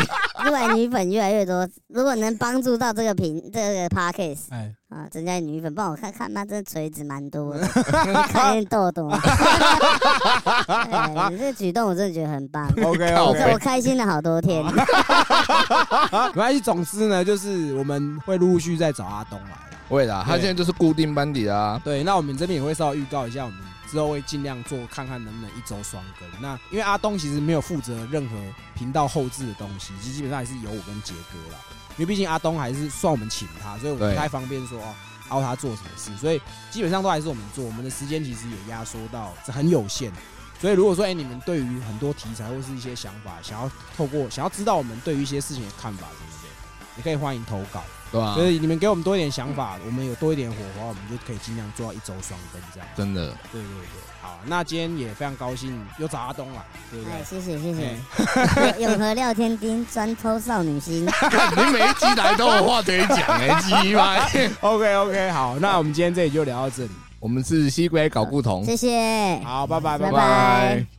Speaker 2: 如果女粉越来越多，如果能帮助到这个频这个 p a d c a s
Speaker 1: 哎，
Speaker 2: t 啊，增加女粉，帮我看看，那这锤子蛮多的，看见痘痘。哎你这个举动我真的觉得很棒，
Speaker 1: OK
Speaker 3: 靠
Speaker 1: OK，
Speaker 3: 北
Speaker 2: 这我开心了好多天。
Speaker 1: (laughs) 没关系，总之呢，就是我们会陆续再找阿东来啦。
Speaker 3: (laughs) 会啦，他
Speaker 1: 对
Speaker 3: 现在就是固定班底啊。
Speaker 1: 对，那我们这边也会稍微预告一下，我们之后会尽量做，看看能不能一周双更。那因为阿东其实没有负责任何频道后置的东西，其实基本上还是由我跟杰哥啦。因为毕竟阿东还是算我们请他，所以我们
Speaker 3: 对
Speaker 1: 不太方便说哦，凹他做什么事，所以基本上都还是我们做，我们的时间其实也压缩到这很有限。所以如果说哎、你们对于很多题材或是一些想法，想要透过想要知道我们对于一些事情的看法什么的，也可以欢迎投稿。
Speaker 3: 对吧
Speaker 1: 所？以你们给我们多一点想法，我们有多一点火花，我们就可以尽量做到一周双更这样。
Speaker 3: 真的，
Speaker 1: 对对对，好啊，那今天也非常高兴又找阿东了，对不
Speaker 2: 哎，
Speaker 1: 对？
Speaker 2: 谢谢谢
Speaker 1: (laughs)
Speaker 2: 谢
Speaker 1: 哎，
Speaker 2: 永永和廖天丁专偷少女心，
Speaker 3: (laughs) 你每一集来都有话可以讲哎，鸡巴！ (laughs)
Speaker 1: OK OK，好，那我们今天这里就聊到这里，
Speaker 3: 我们是西龟搞不同，
Speaker 2: 谢谢。
Speaker 1: 好，拜拜拜
Speaker 2: 拜
Speaker 1: 拜。
Speaker 3: 拜。